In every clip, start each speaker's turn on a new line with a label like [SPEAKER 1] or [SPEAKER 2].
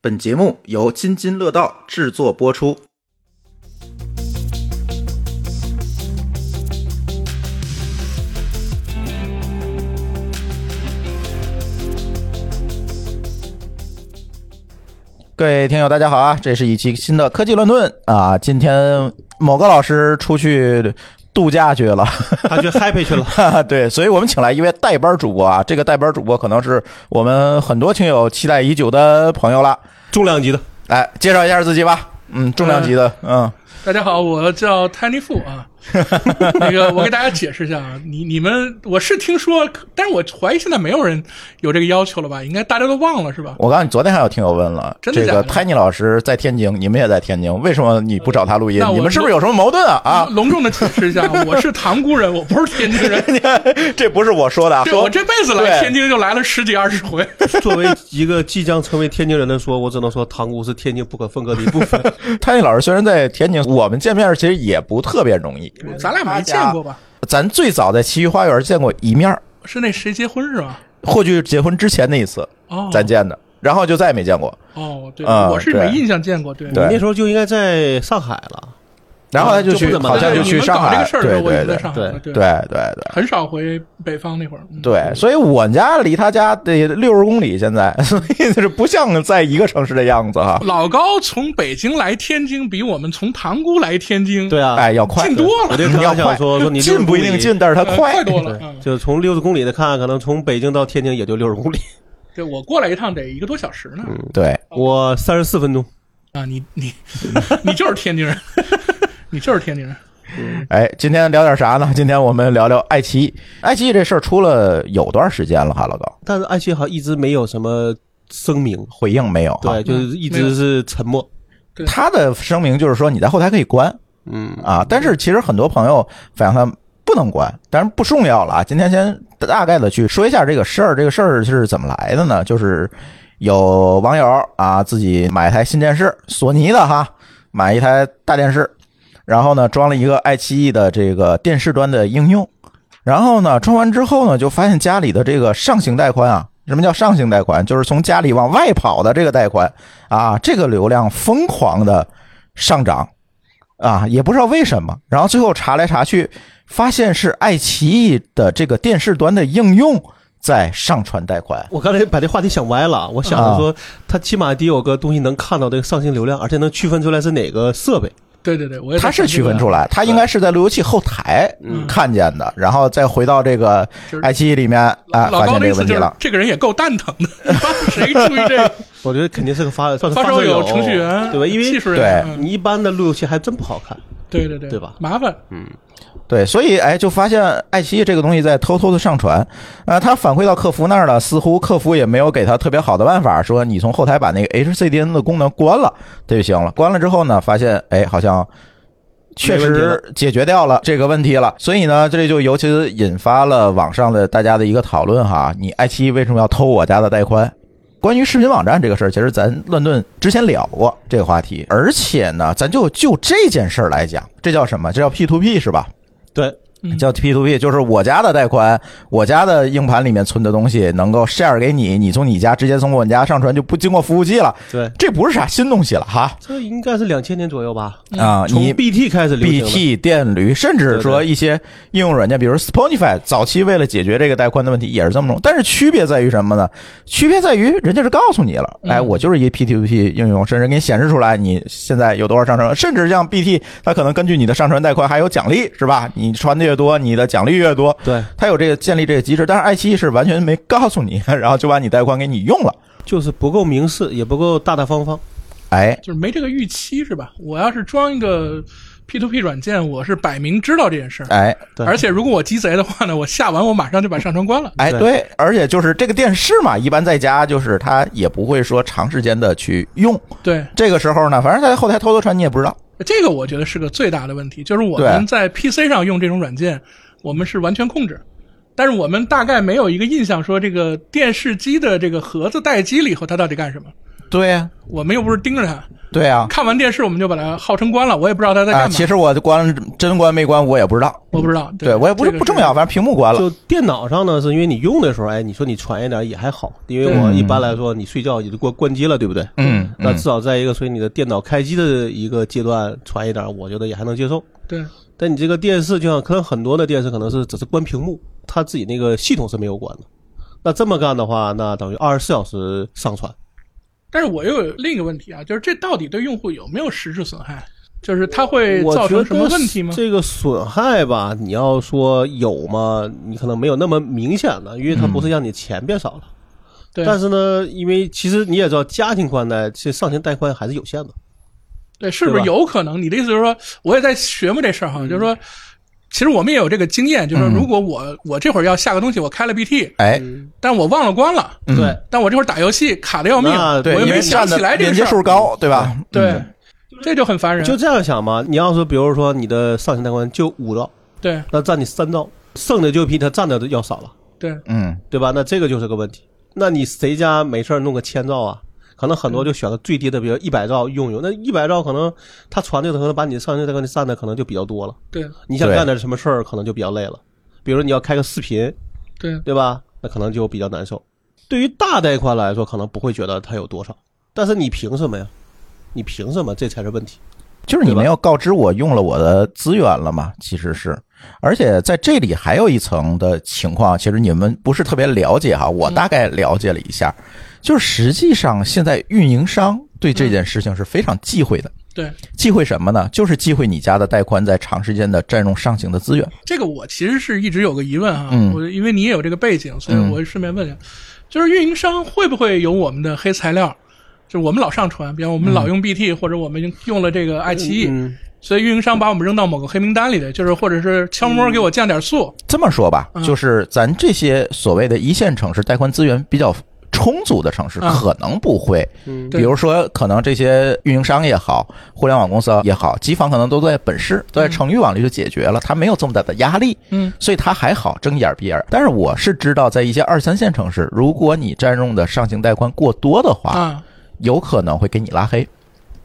[SPEAKER 1] 本节目由津津乐道制作播出。各位听友，大家好啊！这是一期新的科技乱炖啊。今天某个老师出去度假去了，
[SPEAKER 2] 他去 happy 去了。
[SPEAKER 1] 哈哈，对，所以我们请来一位代班主播啊。这个代班主播可能是我们很多听友期待已久的朋友了。
[SPEAKER 2] 重量级的，
[SPEAKER 1] 来介绍一下自己吧。嗯，重量级的，嗯，
[SPEAKER 3] 大家好，我叫 Tiny Fu 啊。那个，我给大家解释一下啊，你你们我是听说，但是我怀疑现在没有人有这个要求了吧？应该大家都忘了是吧？
[SPEAKER 1] 我告诉你，昨天还有听友问了，
[SPEAKER 3] 真的
[SPEAKER 1] 这
[SPEAKER 3] 假的
[SPEAKER 1] 个 Tiny 老师在天津，你们也在天津，为什么你不找他录音
[SPEAKER 3] 那？我
[SPEAKER 1] 你们是不是有什么矛盾啊？啊，
[SPEAKER 3] 隆重的解释一下，我是塘沽人，我不是天津 人。
[SPEAKER 1] 这不是我说的啊，
[SPEAKER 3] 对，
[SPEAKER 1] 说
[SPEAKER 3] 我这辈子来
[SPEAKER 1] 对
[SPEAKER 3] 天津就来了十几二十回。
[SPEAKER 2] 作为一个即将成为天津人的说，我只能说塘沽是天津不可分割的一部 分。
[SPEAKER 1] Tiny 老师虽然在天津，我们见面其实也不特别容易。
[SPEAKER 3] 咱俩没见过
[SPEAKER 1] 啊
[SPEAKER 3] 吧？
[SPEAKER 1] 咱最早在奇遇花园见过一面儿，
[SPEAKER 3] 是那谁结婚是吧？
[SPEAKER 1] 霍炬结婚之前那一次
[SPEAKER 3] 哦，
[SPEAKER 1] 咱见的，然后就再也没见过。
[SPEAKER 3] 哦，对，
[SPEAKER 1] 啊
[SPEAKER 3] 我是
[SPEAKER 1] 对
[SPEAKER 3] 没印象见过。对，
[SPEAKER 1] 对
[SPEAKER 2] 你那时候就应该在上海了，
[SPEAKER 1] 然后他
[SPEAKER 2] 就不
[SPEAKER 1] 去，
[SPEAKER 2] 怎么
[SPEAKER 1] 好像就
[SPEAKER 3] 对
[SPEAKER 1] 去上
[SPEAKER 3] 你们搞这
[SPEAKER 1] 海
[SPEAKER 3] 个，事儿的时
[SPEAKER 1] 对
[SPEAKER 3] 候，我
[SPEAKER 1] 对
[SPEAKER 3] 已经在
[SPEAKER 1] 对
[SPEAKER 3] 上海了。
[SPEAKER 1] 对
[SPEAKER 3] 对
[SPEAKER 1] 对对。
[SPEAKER 3] 很少回北方那会儿。嗯
[SPEAKER 1] 对，所以我家离他家得六十公里，现在， 所以就是不像在一个城市的样子哈。
[SPEAKER 3] 老高从北京来天津，比我们从塘沽来天津
[SPEAKER 2] 对啊，
[SPEAKER 1] 哎，要快，
[SPEAKER 3] 近多
[SPEAKER 2] 我
[SPEAKER 3] 了，
[SPEAKER 2] 就刚
[SPEAKER 1] 要
[SPEAKER 2] 刚
[SPEAKER 1] 快
[SPEAKER 2] 想，说 说你
[SPEAKER 1] 近不一定近，，但是它
[SPEAKER 3] 呃
[SPEAKER 1] 快。
[SPEAKER 3] 多了。
[SPEAKER 2] 对，
[SPEAKER 3] 嗯
[SPEAKER 2] 就是从六十公里的看，可能从北京到天津也就六十公 里，
[SPEAKER 3] 对我过来一趟得一个多小时呢。
[SPEAKER 1] 对，
[SPEAKER 2] 我三十四分钟。
[SPEAKER 3] 啊，你你你就是天津人， 你就是天津人。
[SPEAKER 1] 哎，今天聊点啥呢？ 今天我们聊聊爱奇艺。爱奇艺这事儿出了有段时间了哈，老高，
[SPEAKER 2] 但是爱奇艺好像一直没有什么啊声明，
[SPEAKER 1] 回应没有哈？
[SPEAKER 2] 对，就是一
[SPEAKER 3] 没有
[SPEAKER 2] 直是沉默。
[SPEAKER 3] 对
[SPEAKER 1] 他的声明就是说你在后台可以关
[SPEAKER 2] 嗯，
[SPEAKER 1] 啊，但是其实很多朋友反映他不能关，当然不重要了啊。今天先大概的去说一下这个事儿，这个事儿是怎么来的呢？就是有网友啊自己买台新电视，索尼的哈，买一台大电视，然后呢装了一个爱奇艺的这个电视端的应用，然后呢装完之后呢就发现家里的这个上行带宽啊。什么叫上行带宽？就是从家里往外跑的这个带宽啊，这个流量疯狂的上涨啊，也不知道为什么。然后最后查来查去，发现是爱奇艺的这个电视端的应用在上传带宽。
[SPEAKER 2] 我刚才把这话题想歪了，我想着说，它起码得有个东西能看到这个上行流量，而且能区分出来是哪个设备。
[SPEAKER 3] 对对对，我也
[SPEAKER 1] 它是区分出来，它应该是在路由器后台看见的，然后再回到这个
[SPEAKER 3] 就是
[SPEAKER 1] 爱奇艺里面啊，
[SPEAKER 3] 老
[SPEAKER 1] 发
[SPEAKER 3] 高
[SPEAKER 1] 现
[SPEAKER 3] 那
[SPEAKER 1] 这个
[SPEAKER 3] 次
[SPEAKER 1] 问题
[SPEAKER 3] 就是
[SPEAKER 1] 了。
[SPEAKER 3] 这个人也够蛋疼的， 谁注意这个？
[SPEAKER 2] 我觉得肯定是个发算是
[SPEAKER 3] 发
[SPEAKER 2] 烧
[SPEAKER 3] 烧友、程序员，
[SPEAKER 2] 对吧？因
[SPEAKER 3] 技
[SPEAKER 2] 为
[SPEAKER 3] 术人员，嗯
[SPEAKER 2] 你一般的路由器还真不好看。
[SPEAKER 3] 对对对，
[SPEAKER 2] 对吧
[SPEAKER 3] 麻烦，
[SPEAKER 1] 对，所以哎，就发现爱奇艺这个东西在偷偷的上传，啊、他反馈到客服那儿了，似乎客服也没有给他特别好的办法，说你从后台把那个 HCDN 的功能关了，这就行了。关了之后呢，发现哎，好像确
[SPEAKER 2] 没问题
[SPEAKER 1] 实
[SPEAKER 2] 了
[SPEAKER 1] 解决掉了这个问题了。所以呢，这就尤其引发了网上的大家的一个讨论哈，你爱奇艺为什么要偷我家的带宽？关于视频网站这个事儿，其实咱乱炖之前聊过这个话题，而且呢，咱就就这件事儿来讲，这叫什么？这叫 P to P 是吧？
[SPEAKER 2] 对，
[SPEAKER 3] 嗯
[SPEAKER 1] 叫 P to P，就是我家的带宽，我家的硬盘里面存的东西能够 share 给你，你从你家直接从我家上传，就不经过服务器了。
[SPEAKER 2] 对，
[SPEAKER 1] 这不是啥新东西了哈
[SPEAKER 2] 这应该是两千年左右吧，
[SPEAKER 3] 嗯
[SPEAKER 1] 啊！
[SPEAKER 2] 从
[SPEAKER 1] 你
[SPEAKER 2] BT 开始流行的
[SPEAKER 1] BT 电驴，甚至说一些应用软件，比如 Spotify，早期为了解决这个带宽的问题也是这么弄。但是区别在于什么呢？区别在于人家是告诉你了，
[SPEAKER 3] 嗯
[SPEAKER 1] 哎，我就是一 P to P 应用，甚至给你显示出来你现在有多少上传，甚至像 BT，它可能根据你的上传带宽还有奖励，是吧？你传的越多，你的奖励越多。
[SPEAKER 2] 对，
[SPEAKER 1] 它有这个建立这个机制，但是爱奇艺是完全没告诉你， 然后就把你带宽给你用了。
[SPEAKER 2] 就是不够明示，也不够大大方方。
[SPEAKER 1] 哎，
[SPEAKER 3] 就是没这个预期是吧？我要是装一个 P to P 软件，我是摆明知道这件事儿，
[SPEAKER 1] 哎，
[SPEAKER 2] 对
[SPEAKER 3] 而且如果我鸡贼的话呢，我下完我马上就把上传关了。
[SPEAKER 1] 哎，
[SPEAKER 2] 对
[SPEAKER 1] 对，而且就是这个电视嘛，一般在家就是它也不会说长时间的去用。
[SPEAKER 3] 对，
[SPEAKER 1] 这个时候呢，反正在后台偷偷传你也不知道。
[SPEAKER 3] 这个我觉得是个最大的问题，就是我们在 PC 上用这种软件，我们是完全控制，但是我们大概没有一个印象说这个电视机的这个盒子待机了以后它到底干什么。
[SPEAKER 1] 对呀、
[SPEAKER 3] 我们又不是盯着他，
[SPEAKER 1] 对呀、
[SPEAKER 3] 看完电视我们就把它号称关了，我也不知道他在
[SPEAKER 1] 啊，
[SPEAKER 3] 干嘛，
[SPEAKER 1] 其实我关真关没关我也不知道，
[SPEAKER 3] 我不知道，
[SPEAKER 1] 对我也不
[SPEAKER 3] 这
[SPEAKER 1] 是
[SPEAKER 3] 个
[SPEAKER 1] 不重要，反正屏幕关了。
[SPEAKER 2] 就电脑上呢，是因为你用的时候，哎，你说你传一点也还好，因为我
[SPEAKER 1] 嗯
[SPEAKER 2] 一般来说你睡觉也就关关机了，对不对？
[SPEAKER 1] 嗯
[SPEAKER 2] 那
[SPEAKER 1] 嗯
[SPEAKER 2] 至少在一个所以你的电脑开机的一个阶段传一点，我觉得也还能接受。
[SPEAKER 3] 对，
[SPEAKER 2] 但你这个电视，就像可能很多的电视可能是只是关屏幕，它自己那个系统是没有关的。那这么干的话，那等于二十四小时上传。
[SPEAKER 3] 但是我又有另一个问题啊，就是这到底对用户有没有实质损害？就是它会
[SPEAKER 2] 我
[SPEAKER 3] 造
[SPEAKER 2] 觉
[SPEAKER 3] 成
[SPEAKER 2] 得
[SPEAKER 3] 什么问题吗？
[SPEAKER 2] 这个损害吧，你要说有吗？你可能没有那么明显的，因为它不是让你钱变少了。
[SPEAKER 3] 嗯对，
[SPEAKER 2] 但是呢，因为其实你也知道，家庭宽带其实上前带宽还是有限的。
[SPEAKER 3] 对，是不
[SPEAKER 2] 对
[SPEAKER 3] 是
[SPEAKER 2] 吧
[SPEAKER 3] 有可能？你的意思就是说，我也在学嘛这事儿哈，就是说，其实我们也有这个经验，就是说，
[SPEAKER 1] 嗯
[SPEAKER 3] 如果我我这会儿要下个东西，我开了 BT，
[SPEAKER 1] 哎，
[SPEAKER 3] 但我忘了关了，
[SPEAKER 1] 嗯
[SPEAKER 2] 对
[SPEAKER 3] 但我这会儿打游戏卡的要命，
[SPEAKER 2] 那
[SPEAKER 3] 我
[SPEAKER 1] 对，
[SPEAKER 3] 又
[SPEAKER 1] 因
[SPEAKER 3] 没
[SPEAKER 1] 为占
[SPEAKER 3] 想起
[SPEAKER 1] 的
[SPEAKER 3] 来这
[SPEAKER 1] 连
[SPEAKER 3] 个
[SPEAKER 1] 接
[SPEAKER 3] 事儿
[SPEAKER 1] 数，高，对吧？
[SPEAKER 3] 对
[SPEAKER 1] 嗯，
[SPEAKER 3] 这就很烦人。
[SPEAKER 2] 就这样想吧，你要说比如说你的上行带宽就五兆，
[SPEAKER 3] 对
[SPEAKER 2] 那占你三兆，剩的就比他占的要少了，
[SPEAKER 3] 对，
[SPEAKER 1] 嗯，
[SPEAKER 2] 对吧？那这个就是个问题。那你谁家没事儿弄个千兆啊？可能很
[SPEAKER 3] 嗯
[SPEAKER 2] 多就选个最低的，比如一百兆用用。那一百兆可能他传这个可能把你上行带宽占的可能就比较多了，
[SPEAKER 3] 对
[SPEAKER 2] 你想
[SPEAKER 1] 对
[SPEAKER 2] 干点什么事儿可能就比较累了。比如你要开个视频，
[SPEAKER 3] 对
[SPEAKER 2] 对吧？那可能就比较难受。对于大带宽来说，可能不会觉得它有多少，但是你凭什么呀？你凭什么？这才是问题。
[SPEAKER 1] 就是你
[SPEAKER 2] 对吧
[SPEAKER 1] 没有告知我用了我的资源了嘛，其实是。而且在这里还有一层的情况，其实你们不是特别了解
[SPEAKER 2] 嗯
[SPEAKER 1] 哈，我大概了解了一下，就是实际上现在运营商对这件事情是非常忌讳的，
[SPEAKER 3] 对，
[SPEAKER 1] 忌讳什么呢？就是忌讳你家的带宽在长时间的占用上行的资源。
[SPEAKER 3] 这个我其实是一直有个疑问啊，
[SPEAKER 1] 嗯
[SPEAKER 3] 我因为你也有这个背景，所以
[SPEAKER 1] 嗯
[SPEAKER 3] 我顺便问一下，就是运营商会不会有我们的黑材料？就是我们老上传，比方我们
[SPEAKER 1] 嗯
[SPEAKER 3] 老用 BT，、或者我们用了这个爱奇艺，
[SPEAKER 2] 嗯，
[SPEAKER 3] 所以运营商把我们扔到某个黑名单里的，就是或者是悄摸给我降点速。
[SPEAKER 1] 这么说吧
[SPEAKER 3] 嗯，
[SPEAKER 1] 就是咱这些所谓的一线城市，带宽资源比较充足的城市，
[SPEAKER 3] 嗯
[SPEAKER 1] 可能不会。
[SPEAKER 2] 嗯
[SPEAKER 1] 比如说，可能这些运营商也好，互联网公司也好，机房可能都在本市，都在城域网里就解决了，它没有这么大的压力，
[SPEAKER 3] 嗯，
[SPEAKER 1] 所以它还好睁一眼闭一眼。但是我是知道，在一些二三线城市，如果你占用的上行带宽过多的话，
[SPEAKER 3] 啊，
[SPEAKER 1] 有可能会给你拉黑。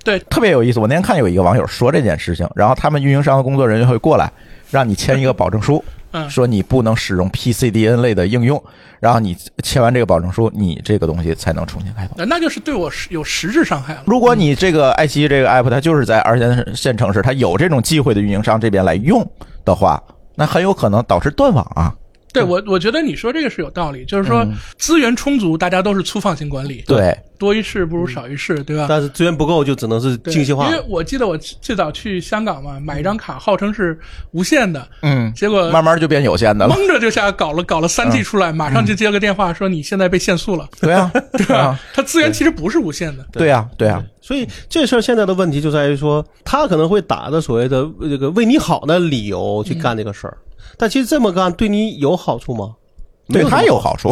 [SPEAKER 3] 对
[SPEAKER 1] 特别有意思。我那天看有一个网友说这件事情，然后他们运营商的工作人员会过来，让你签一个保证书，
[SPEAKER 3] 嗯
[SPEAKER 1] 说你不能使用 PCDN 类的应用，然后你签完这个保证书，你这个东西才能重新开通。
[SPEAKER 3] 那那就是对我是有实质伤害了。
[SPEAKER 1] 如果你这个爱奇艺这个 app 它就是在二三线城市，它有这种忌讳的运营商这边来用的话，那很有可能导致断网啊。
[SPEAKER 3] 对我，我觉得你说这个是有道理，就是说资源充足，大家都是粗放型管理，
[SPEAKER 1] 嗯对，嗯
[SPEAKER 3] 多一事不如少一事，对吧？
[SPEAKER 2] 但是资源不够，就只能是
[SPEAKER 3] 啊对
[SPEAKER 2] 精细化
[SPEAKER 3] 因。为我记得我最早去香港嘛，买一张卡号称是无限的，
[SPEAKER 1] 嗯，
[SPEAKER 3] 结果
[SPEAKER 1] 慢慢就变有限 的了。嗯
[SPEAKER 3] 蒙着就下搞了搞了三 G 出来，马上就接了个电话说你现在被限速了，
[SPEAKER 1] 对啊，对啊，
[SPEAKER 3] 它资源其实不是无限的，
[SPEAKER 1] 对啊，对啊，
[SPEAKER 2] 所以这事儿现在的问题就在于说，他可能会打着所谓的呃这个为你好的理由去干这个事儿，但其实这么干对你有好 处吗？
[SPEAKER 1] 对
[SPEAKER 2] 没
[SPEAKER 1] 它
[SPEAKER 2] 什么
[SPEAKER 1] 有好处。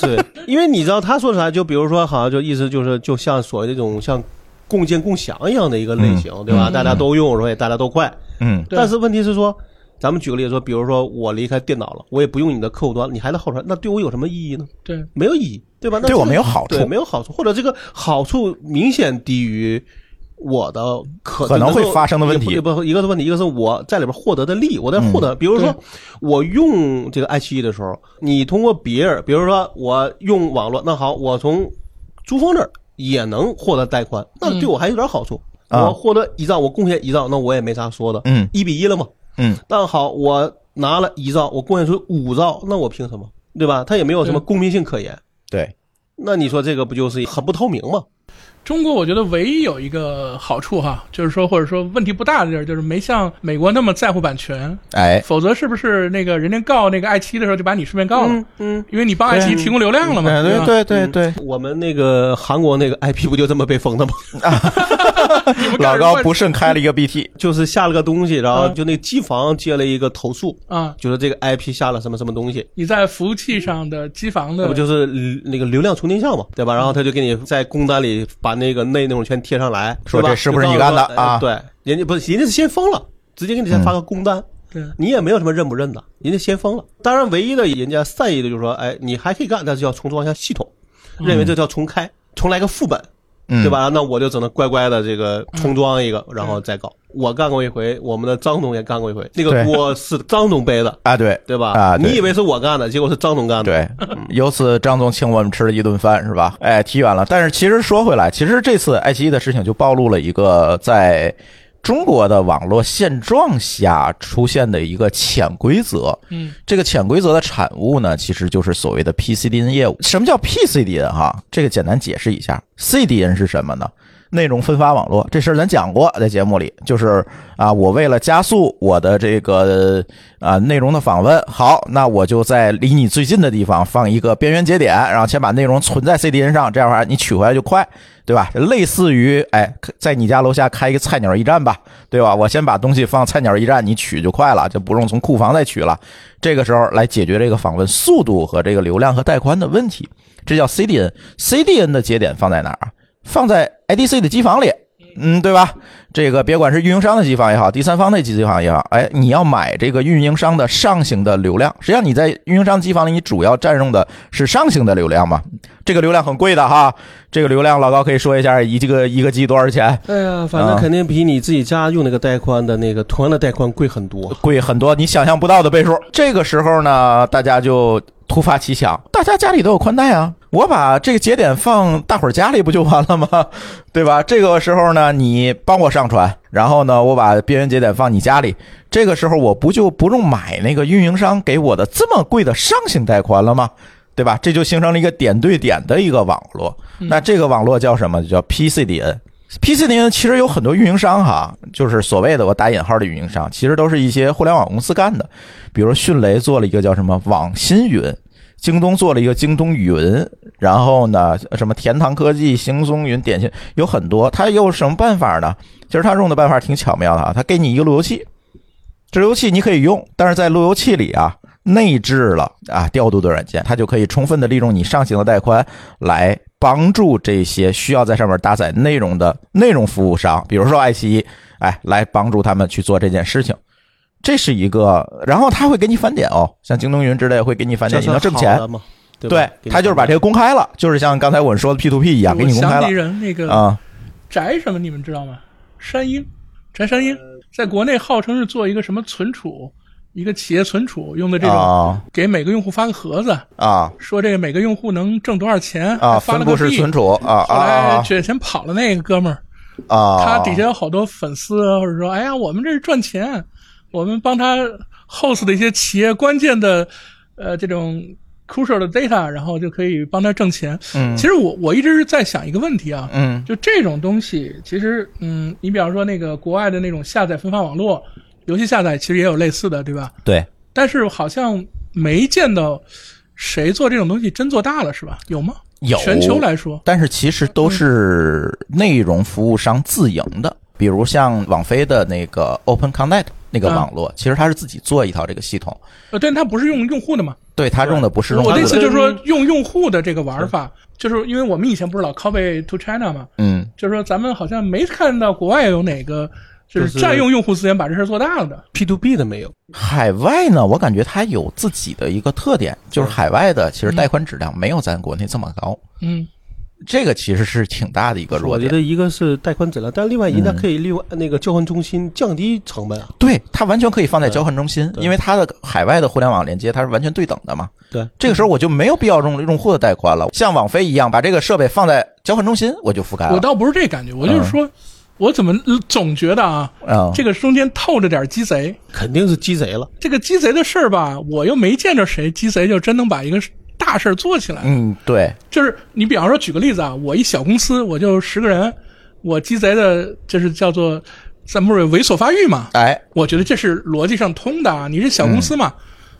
[SPEAKER 2] 对，因为你知道他说啥，就比如说，好像就意思就是，就像所谓这种像共建共享一样的一个类型，对吧？大家都用，而且大家都快。
[SPEAKER 1] 嗯，
[SPEAKER 3] 对
[SPEAKER 2] 但是问题是说，咱们举个例子说，比如说我离开电脑了，我也不用你的客户端，你还在后传，那对我有什么意义呢？
[SPEAKER 3] 对
[SPEAKER 2] 没有意义，对吧？
[SPEAKER 1] 对
[SPEAKER 2] 那这个
[SPEAKER 1] 我没有好处
[SPEAKER 2] 对，没有好处，或者这个好处明显低于。我的可
[SPEAKER 1] 可能会发生的问题嗯
[SPEAKER 2] 也不也不一个是问题，一个是我在里边获得的利益，我在获得，比如说
[SPEAKER 3] 对
[SPEAKER 2] 我用这个爱奇艺的时候，你通过别人，比如说我用网络，那好，我从珠峰这儿也能获得带宽，那对我还有点好处。
[SPEAKER 1] 嗯啊
[SPEAKER 2] 我获得一兆，我贡献一兆，那我也没啥说的，
[SPEAKER 1] 嗯
[SPEAKER 2] 一比一了嘛。
[SPEAKER 1] 嗯，
[SPEAKER 2] 但好，我拿了一兆，我贡献出五兆，那我凭什么？对吧？他也没有什么
[SPEAKER 3] 对
[SPEAKER 2] 公平性可言。
[SPEAKER 1] 对，
[SPEAKER 2] 那你说这个不就是很不透明吗？
[SPEAKER 3] 中国我觉得唯一有一个好处哈，就是说或者说问题不大的地儿，就是没像美国那么在乎版权，
[SPEAKER 1] 哎，
[SPEAKER 3] 否则是不是那个人家告那个爱奇艺的时候就把你顺便告了，
[SPEAKER 2] 嗯嗯。
[SPEAKER 3] 因为你帮爱奇艺提供流量了嘛？吧
[SPEAKER 1] 对对对对，
[SPEAKER 2] 我们那个韩国那个 IP 不就这么被封的吗？
[SPEAKER 1] 老高不慎开了一个 BT，
[SPEAKER 2] 就是下了个东西，然后就那机房接了一个投诉，
[SPEAKER 3] 啊，
[SPEAKER 2] 就是这个 IP 下了什么什么东西，
[SPEAKER 3] 你在服务器上的机房
[SPEAKER 2] 那
[SPEAKER 3] 的
[SPEAKER 2] 不就是流那个流量重定项嘛，对吧？然后他就给你在工单里把那个内容全贴上来，
[SPEAKER 1] 说
[SPEAKER 2] 对吧
[SPEAKER 1] 这是不是你干的
[SPEAKER 2] 就告诉说
[SPEAKER 1] 啊嗯
[SPEAKER 2] 哎对，人家不是人家是先封了，直接给你先发个工单。
[SPEAKER 3] 对
[SPEAKER 2] 你也没有什么认不认的，人家先封了。当然，唯一的人家善意的就是说，哎，你还可以干，但是要重装一下系统，认为这叫重开，重来个副本，
[SPEAKER 1] 嗯
[SPEAKER 2] 对吧？那我就只能乖乖的这个重装一个，然后再搞。我干过一回，我们的张总也干过一回，那个
[SPEAKER 1] 嗯对
[SPEAKER 2] 锅是张总背的，
[SPEAKER 1] 啊，对
[SPEAKER 2] 对吧？
[SPEAKER 1] 啊对
[SPEAKER 2] 你以为是我干的，结果是张总干的。
[SPEAKER 1] 对，由此张总请我们吃了一顿饭，是吧？哎，提远了。但是其实说回来，其实这次爱奇艺的事情就暴露了一个在中国的网络现状下出现的一个潜规则。
[SPEAKER 3] 嗯
[SPEAKER 1] 这个潜规则的产物呢，其实就是所谓的 PCDN 业务。什么叫 PCDN 哈？这个简单解释一下，CDN 是什么呢？内容分发网络这事儿咱讲过，在节目里就是啊，我为了加速我的这个啊内容的访问，好，那我就在离你最近的地方放一个边缘节点，然后先把内容存在 CDN 上，这样的话你取回来就快，对吧？类似于哎，在你家楼下开一个菜鸟驿站吧，对吧？我先把东西放菜鸟驿站，你取就快了，就不用从库房再取了。这个时候来解决这个访问速度和这个流量和带宽的问题，这叫 CDN。CDN 的节点放在哪儿啊？放在 IDC 的机房里，嗯，对吧？这个别管是运营商的机房也好，第三方的机房也好，哎，你要买这个运营商的上行的流量，实际上你在运营商机房里，你主要占用的是上行的流量嘛。这个流量很贵的哈，这个流量老高可以说一下，一这个一个 G 多少钱？
[SPEAKER 2] 哎呀，反正
[SPEAKER 1] 啊
[SPEAKER 2] 肯定比你自己家用那个带宽的那个同样的带宽贵很多。
[SPEAKER 1] 贵很多，你想象不到的倍数。这个时候呢，大家就突发奇想，大家家里都有宽带啊，我把这个节点放大伙儿家里不就完了吗？ 对吧？这个时候呢，你帮我上传，然后呢，我把边缘节点放你家里，这个时候我不就不用买那个运营商给我的这么贵的上行带宽了吗？对吧？这就形成了一个点对点的一个网络。
[SPEAKER 3] 嗯
[SPEAKER 1] 那这个网络叫什么？就叫 PCDN。PCDN 其实有很多运营商哈，就是所谓的我打引号的运营商，其实都是一些互联网公司干的，比如迅雷做了一个叫什么网新云，京东做了一个京东云，然后呢，什么田堂科技、行松云、点心有很多，它有什么办法呢？其实它用的办法挺巧妙的啊，它给你一个路由器，这路由器你可以用，但是在路由器里啊。内置了啊调度的软件，它就可以充分的利用你上行的带宽来帮助这些需要在上面搭载内容的内容服务商，比如说爱奇艺，哎，来帮助他们去做这件事情。这是一个，然后他会给你返点哦，像京东云之类会给你返
[SPEAKER 2] 这
[SPEAKER 1] 点，你能挣
[SPEAKER 2] 算
[SPEAKER 1] 钱
[SPEAKER 2] 好。的嘛？对
[SPEAKER 1] 对
[SPEAKER 2] 吧，
[SPEAKER 1] 他就是把这个公开了，就是像刚才我们说的 P to P 一样，给
[SPEAKER 3] 我
[SPEAKER 1] 你公开
[SPEAKER 3] 想
[SPEAKER 1] 了
[SPEAKER 3] 起人那个
[SPEAKER 1] 啊、
[SPEAKER 3] 翟什么，你们知道吗？山鹰，翟山鹰在国内号称是做一个什么存储，一个企业存储用的这种，
[SPEAKER 1] 啊
[SPEAKER 3] 给每个用户发个盒子，
[SPEAKER 1] 啊
[SPEAKER 3] 说这个每个用户能挣多少钱
[SPEAKER 1] 啊！
[SPEAKER 3] 还发
[SPEAKER 1] 分
[SPEAKER 3] 了
[SPEAKER 1] 布
[SPEAKER 3] 个
[SPEAKER 1] 式
[SPEAKER 3] 币
[SPEAKER 1] 存储啊
[SPEAKER 3] 后来
[SPEAKER 1] 啊
[SPEAKER 3] 卷钱跑了那个哥们儿，
[SPEAKER 1] 啊啊！
[SPEAKER 3] 他底下有好多粉丝，或者说，哎呀，我们这是赚钱，我们帮他 host 的一些企业关键的，呃，这种 crucial 的 data，然后就可以帮他挣钱。
[SPEAKER 1] 嗯
[SPEAKER 3] 其实我我一直是在想一个问题啊，
[SPEAKER 1] 嗯
[SPEAKER 3] 就这种东西，其实，嗯，你比方说那个国外的那种下载分发网络，游戏下载其实也有类似的，对吧？
[SPEAKER 1] 对，
[SPEAKER 3] 但是好像没见到谁做这种东西真做大了，是吧？有吗？
[SPEAKER 1] 有
[SPEAKER 3] 全球来说，
[SPEAKER 1] 但是其实都是内容服务商自营的，比如像网飞的那个 Open Connect 那个
[SPEAKER 3] 嗯
[SPEAKER 1] 网络，其实它是自己做一套这个系统，
[SPEAKER 3] 呃，但它不是用用户的嘛？
[SPEAKER 1] 对它用的不是用
[SPEAKER 3] 我的
[SPEAKER 1] 户
[SPEAKER 3] 意
[SPEAKER 1] 的
[SPEAKER 3] 思就是说，用用户的这个玩法，就是因为我们以前不是老 copy to China 嘛，
[SPEAKER 1] 嗯，
[SPEAKER 3] 就是说咱们好像没看到国外有哪个就
[SPEAKER 2] 就是是
[SPEAKER 3] 占用用户资源把这事儿做大了的。
[SPEAKER 2] P to B 的没有，
[SPEAKER 1] 海外呢，我感觉它有自己的一个特点，就是
[SPEAKER 2] 嗯
[SPEAKER 1] 海外的其实带宽质量没有咱国内这么高，
[SPEAKER 3] 嗯，
[SPEAKER 1] 这个其实是挺大的一个弱
[SPEAKER 2] 我觉
[SPEAKER 1] 点。
[SPEAKER 2] 得一个是带宽质量，但另外一个
[SPEAKER 1] 嗯
[SPEAKER 2] 它可以利用那个交换中心降低成本啊。
[SPEAKER 1] 对，它完全可以放在交换中心，
[SPEAKER 2] 对
[SPEAKER 1] 因为它的海外的互联网连接它是完全对等的嘛。
[SPEAKER 2] 对，
[SPEAKER 1] 这个时候我就没有必要用用户的带宽了，像网飞一样把这个设备放在交换中心，我就覆盖
[SPEAKER 3] 我
[SPEAKER 1] 了。
[SPEAKER 3] 倒不是这感觉，我就是说，我怎么总觉得啊，
[SPEAKER 1] 嗯，
[SPEAKER 3] 这个中间透着点鸡贼。
[SPEAKER 2] 肯定是鸡贼了。嗯
[SPEAKER 3] 这个鸡贼的事儿吧，我又没见着谁鸡贼就真能把一个大事儿做起来。
[SPEAKER 1] 嗯，对，
[SPEAKER 3] 就是你比方说举个例子啊，我一小公司，我就十个人，我鸡贼的，就是叫做咱们不是猥琐发育嘛？
[SPEAKER 1] 哎，
[SPEAKER 3] 我觉得这是逻辑上通的啊。你是小公司
[SPEAKER 1] 嗯
[SPEAKER 3] 嘛，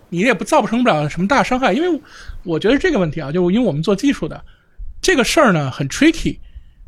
[SPEAKER 3] 你也不造不成不了什么大伤害，因为我觉得这个问题啊，就因为我们做技术的这个事儿呢很 tricky，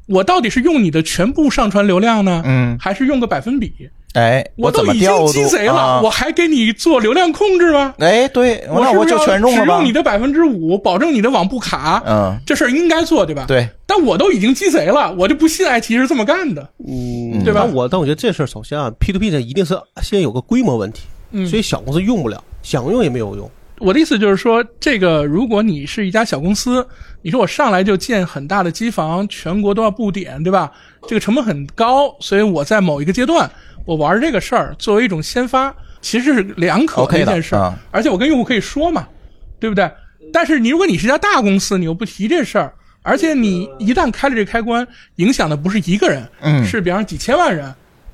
[SPEAKER 3] 我到底是用你的全部上传流量呢，
[SPEAKER 1] 嗯
[SPEAKER 3] 还是用个百分比？
[SPEAKER 1] 哎，
[SPEAKER 3] 都
[SPEAKER 1] 怎么
[SPEAKER 3] 已经
[SPEAKER 1] 调度
[SPEAKER 3] 鸡贼了，
[SPEAKER 1] 啊
[SPEAKER 3] 我还给你做流量控制吗？
[SPEAKER 1] 哎，对，那
[SPEAKER 3] 是不
[SPEAKER 1] 我
[SPEAKER 3] 是
[SPEAKER 1] 就
[SPEAKER 3] 要
[SPEAKER 1] 全中
[SPEAKER 3] 只
[SPEAKER 1] 了吧
[SPEAKER 3] 用你。的百分之五，保证你的网不卡？
[SPEAKER 1] 嗯，
[SPEAKER 3] 这事儿应该做，对吧？。
[SPEAKER 1] 对，
[SPEAKER 3] 但我都已经鸡贼了，我就不信爱奇艺是这么干的。
[SPEAKER 2] 嗯
[SPEAKER 3] 对吧
[SPEAKER 2] 但我但我觉得这事儿首先啊，P to P 这一定是先有个规模问题，
[SPEAKER 3] 嗯
[SPEAKER 2] 所以小公司用不了，想用也没有用。
[SPEAKER 3] 我的意思就是说，这个如果你是一家小公司，你说我上来就建很大的机房，全国都要布点，对吧？这个成本很高，所以我在某一个阶段，我玩这个事儿作为一种先发，其实是两可
[SPEAKER 1] OK
[SPEAKER 3] 一
[SPEAKER 1] 的
[SPEAKER 3] 件事儿
[SPEAKER 1] 嗯
[SPEAKER 3] 而且我跟用户可以说嘛，对不对？但是你如果你是一家大公司，你又不提这事儿，而且你一旦开了这个开关，影响的不是一个人，
[SPEAKER 1] 嗯
[SPEAKER 3] 是比方说几千万人，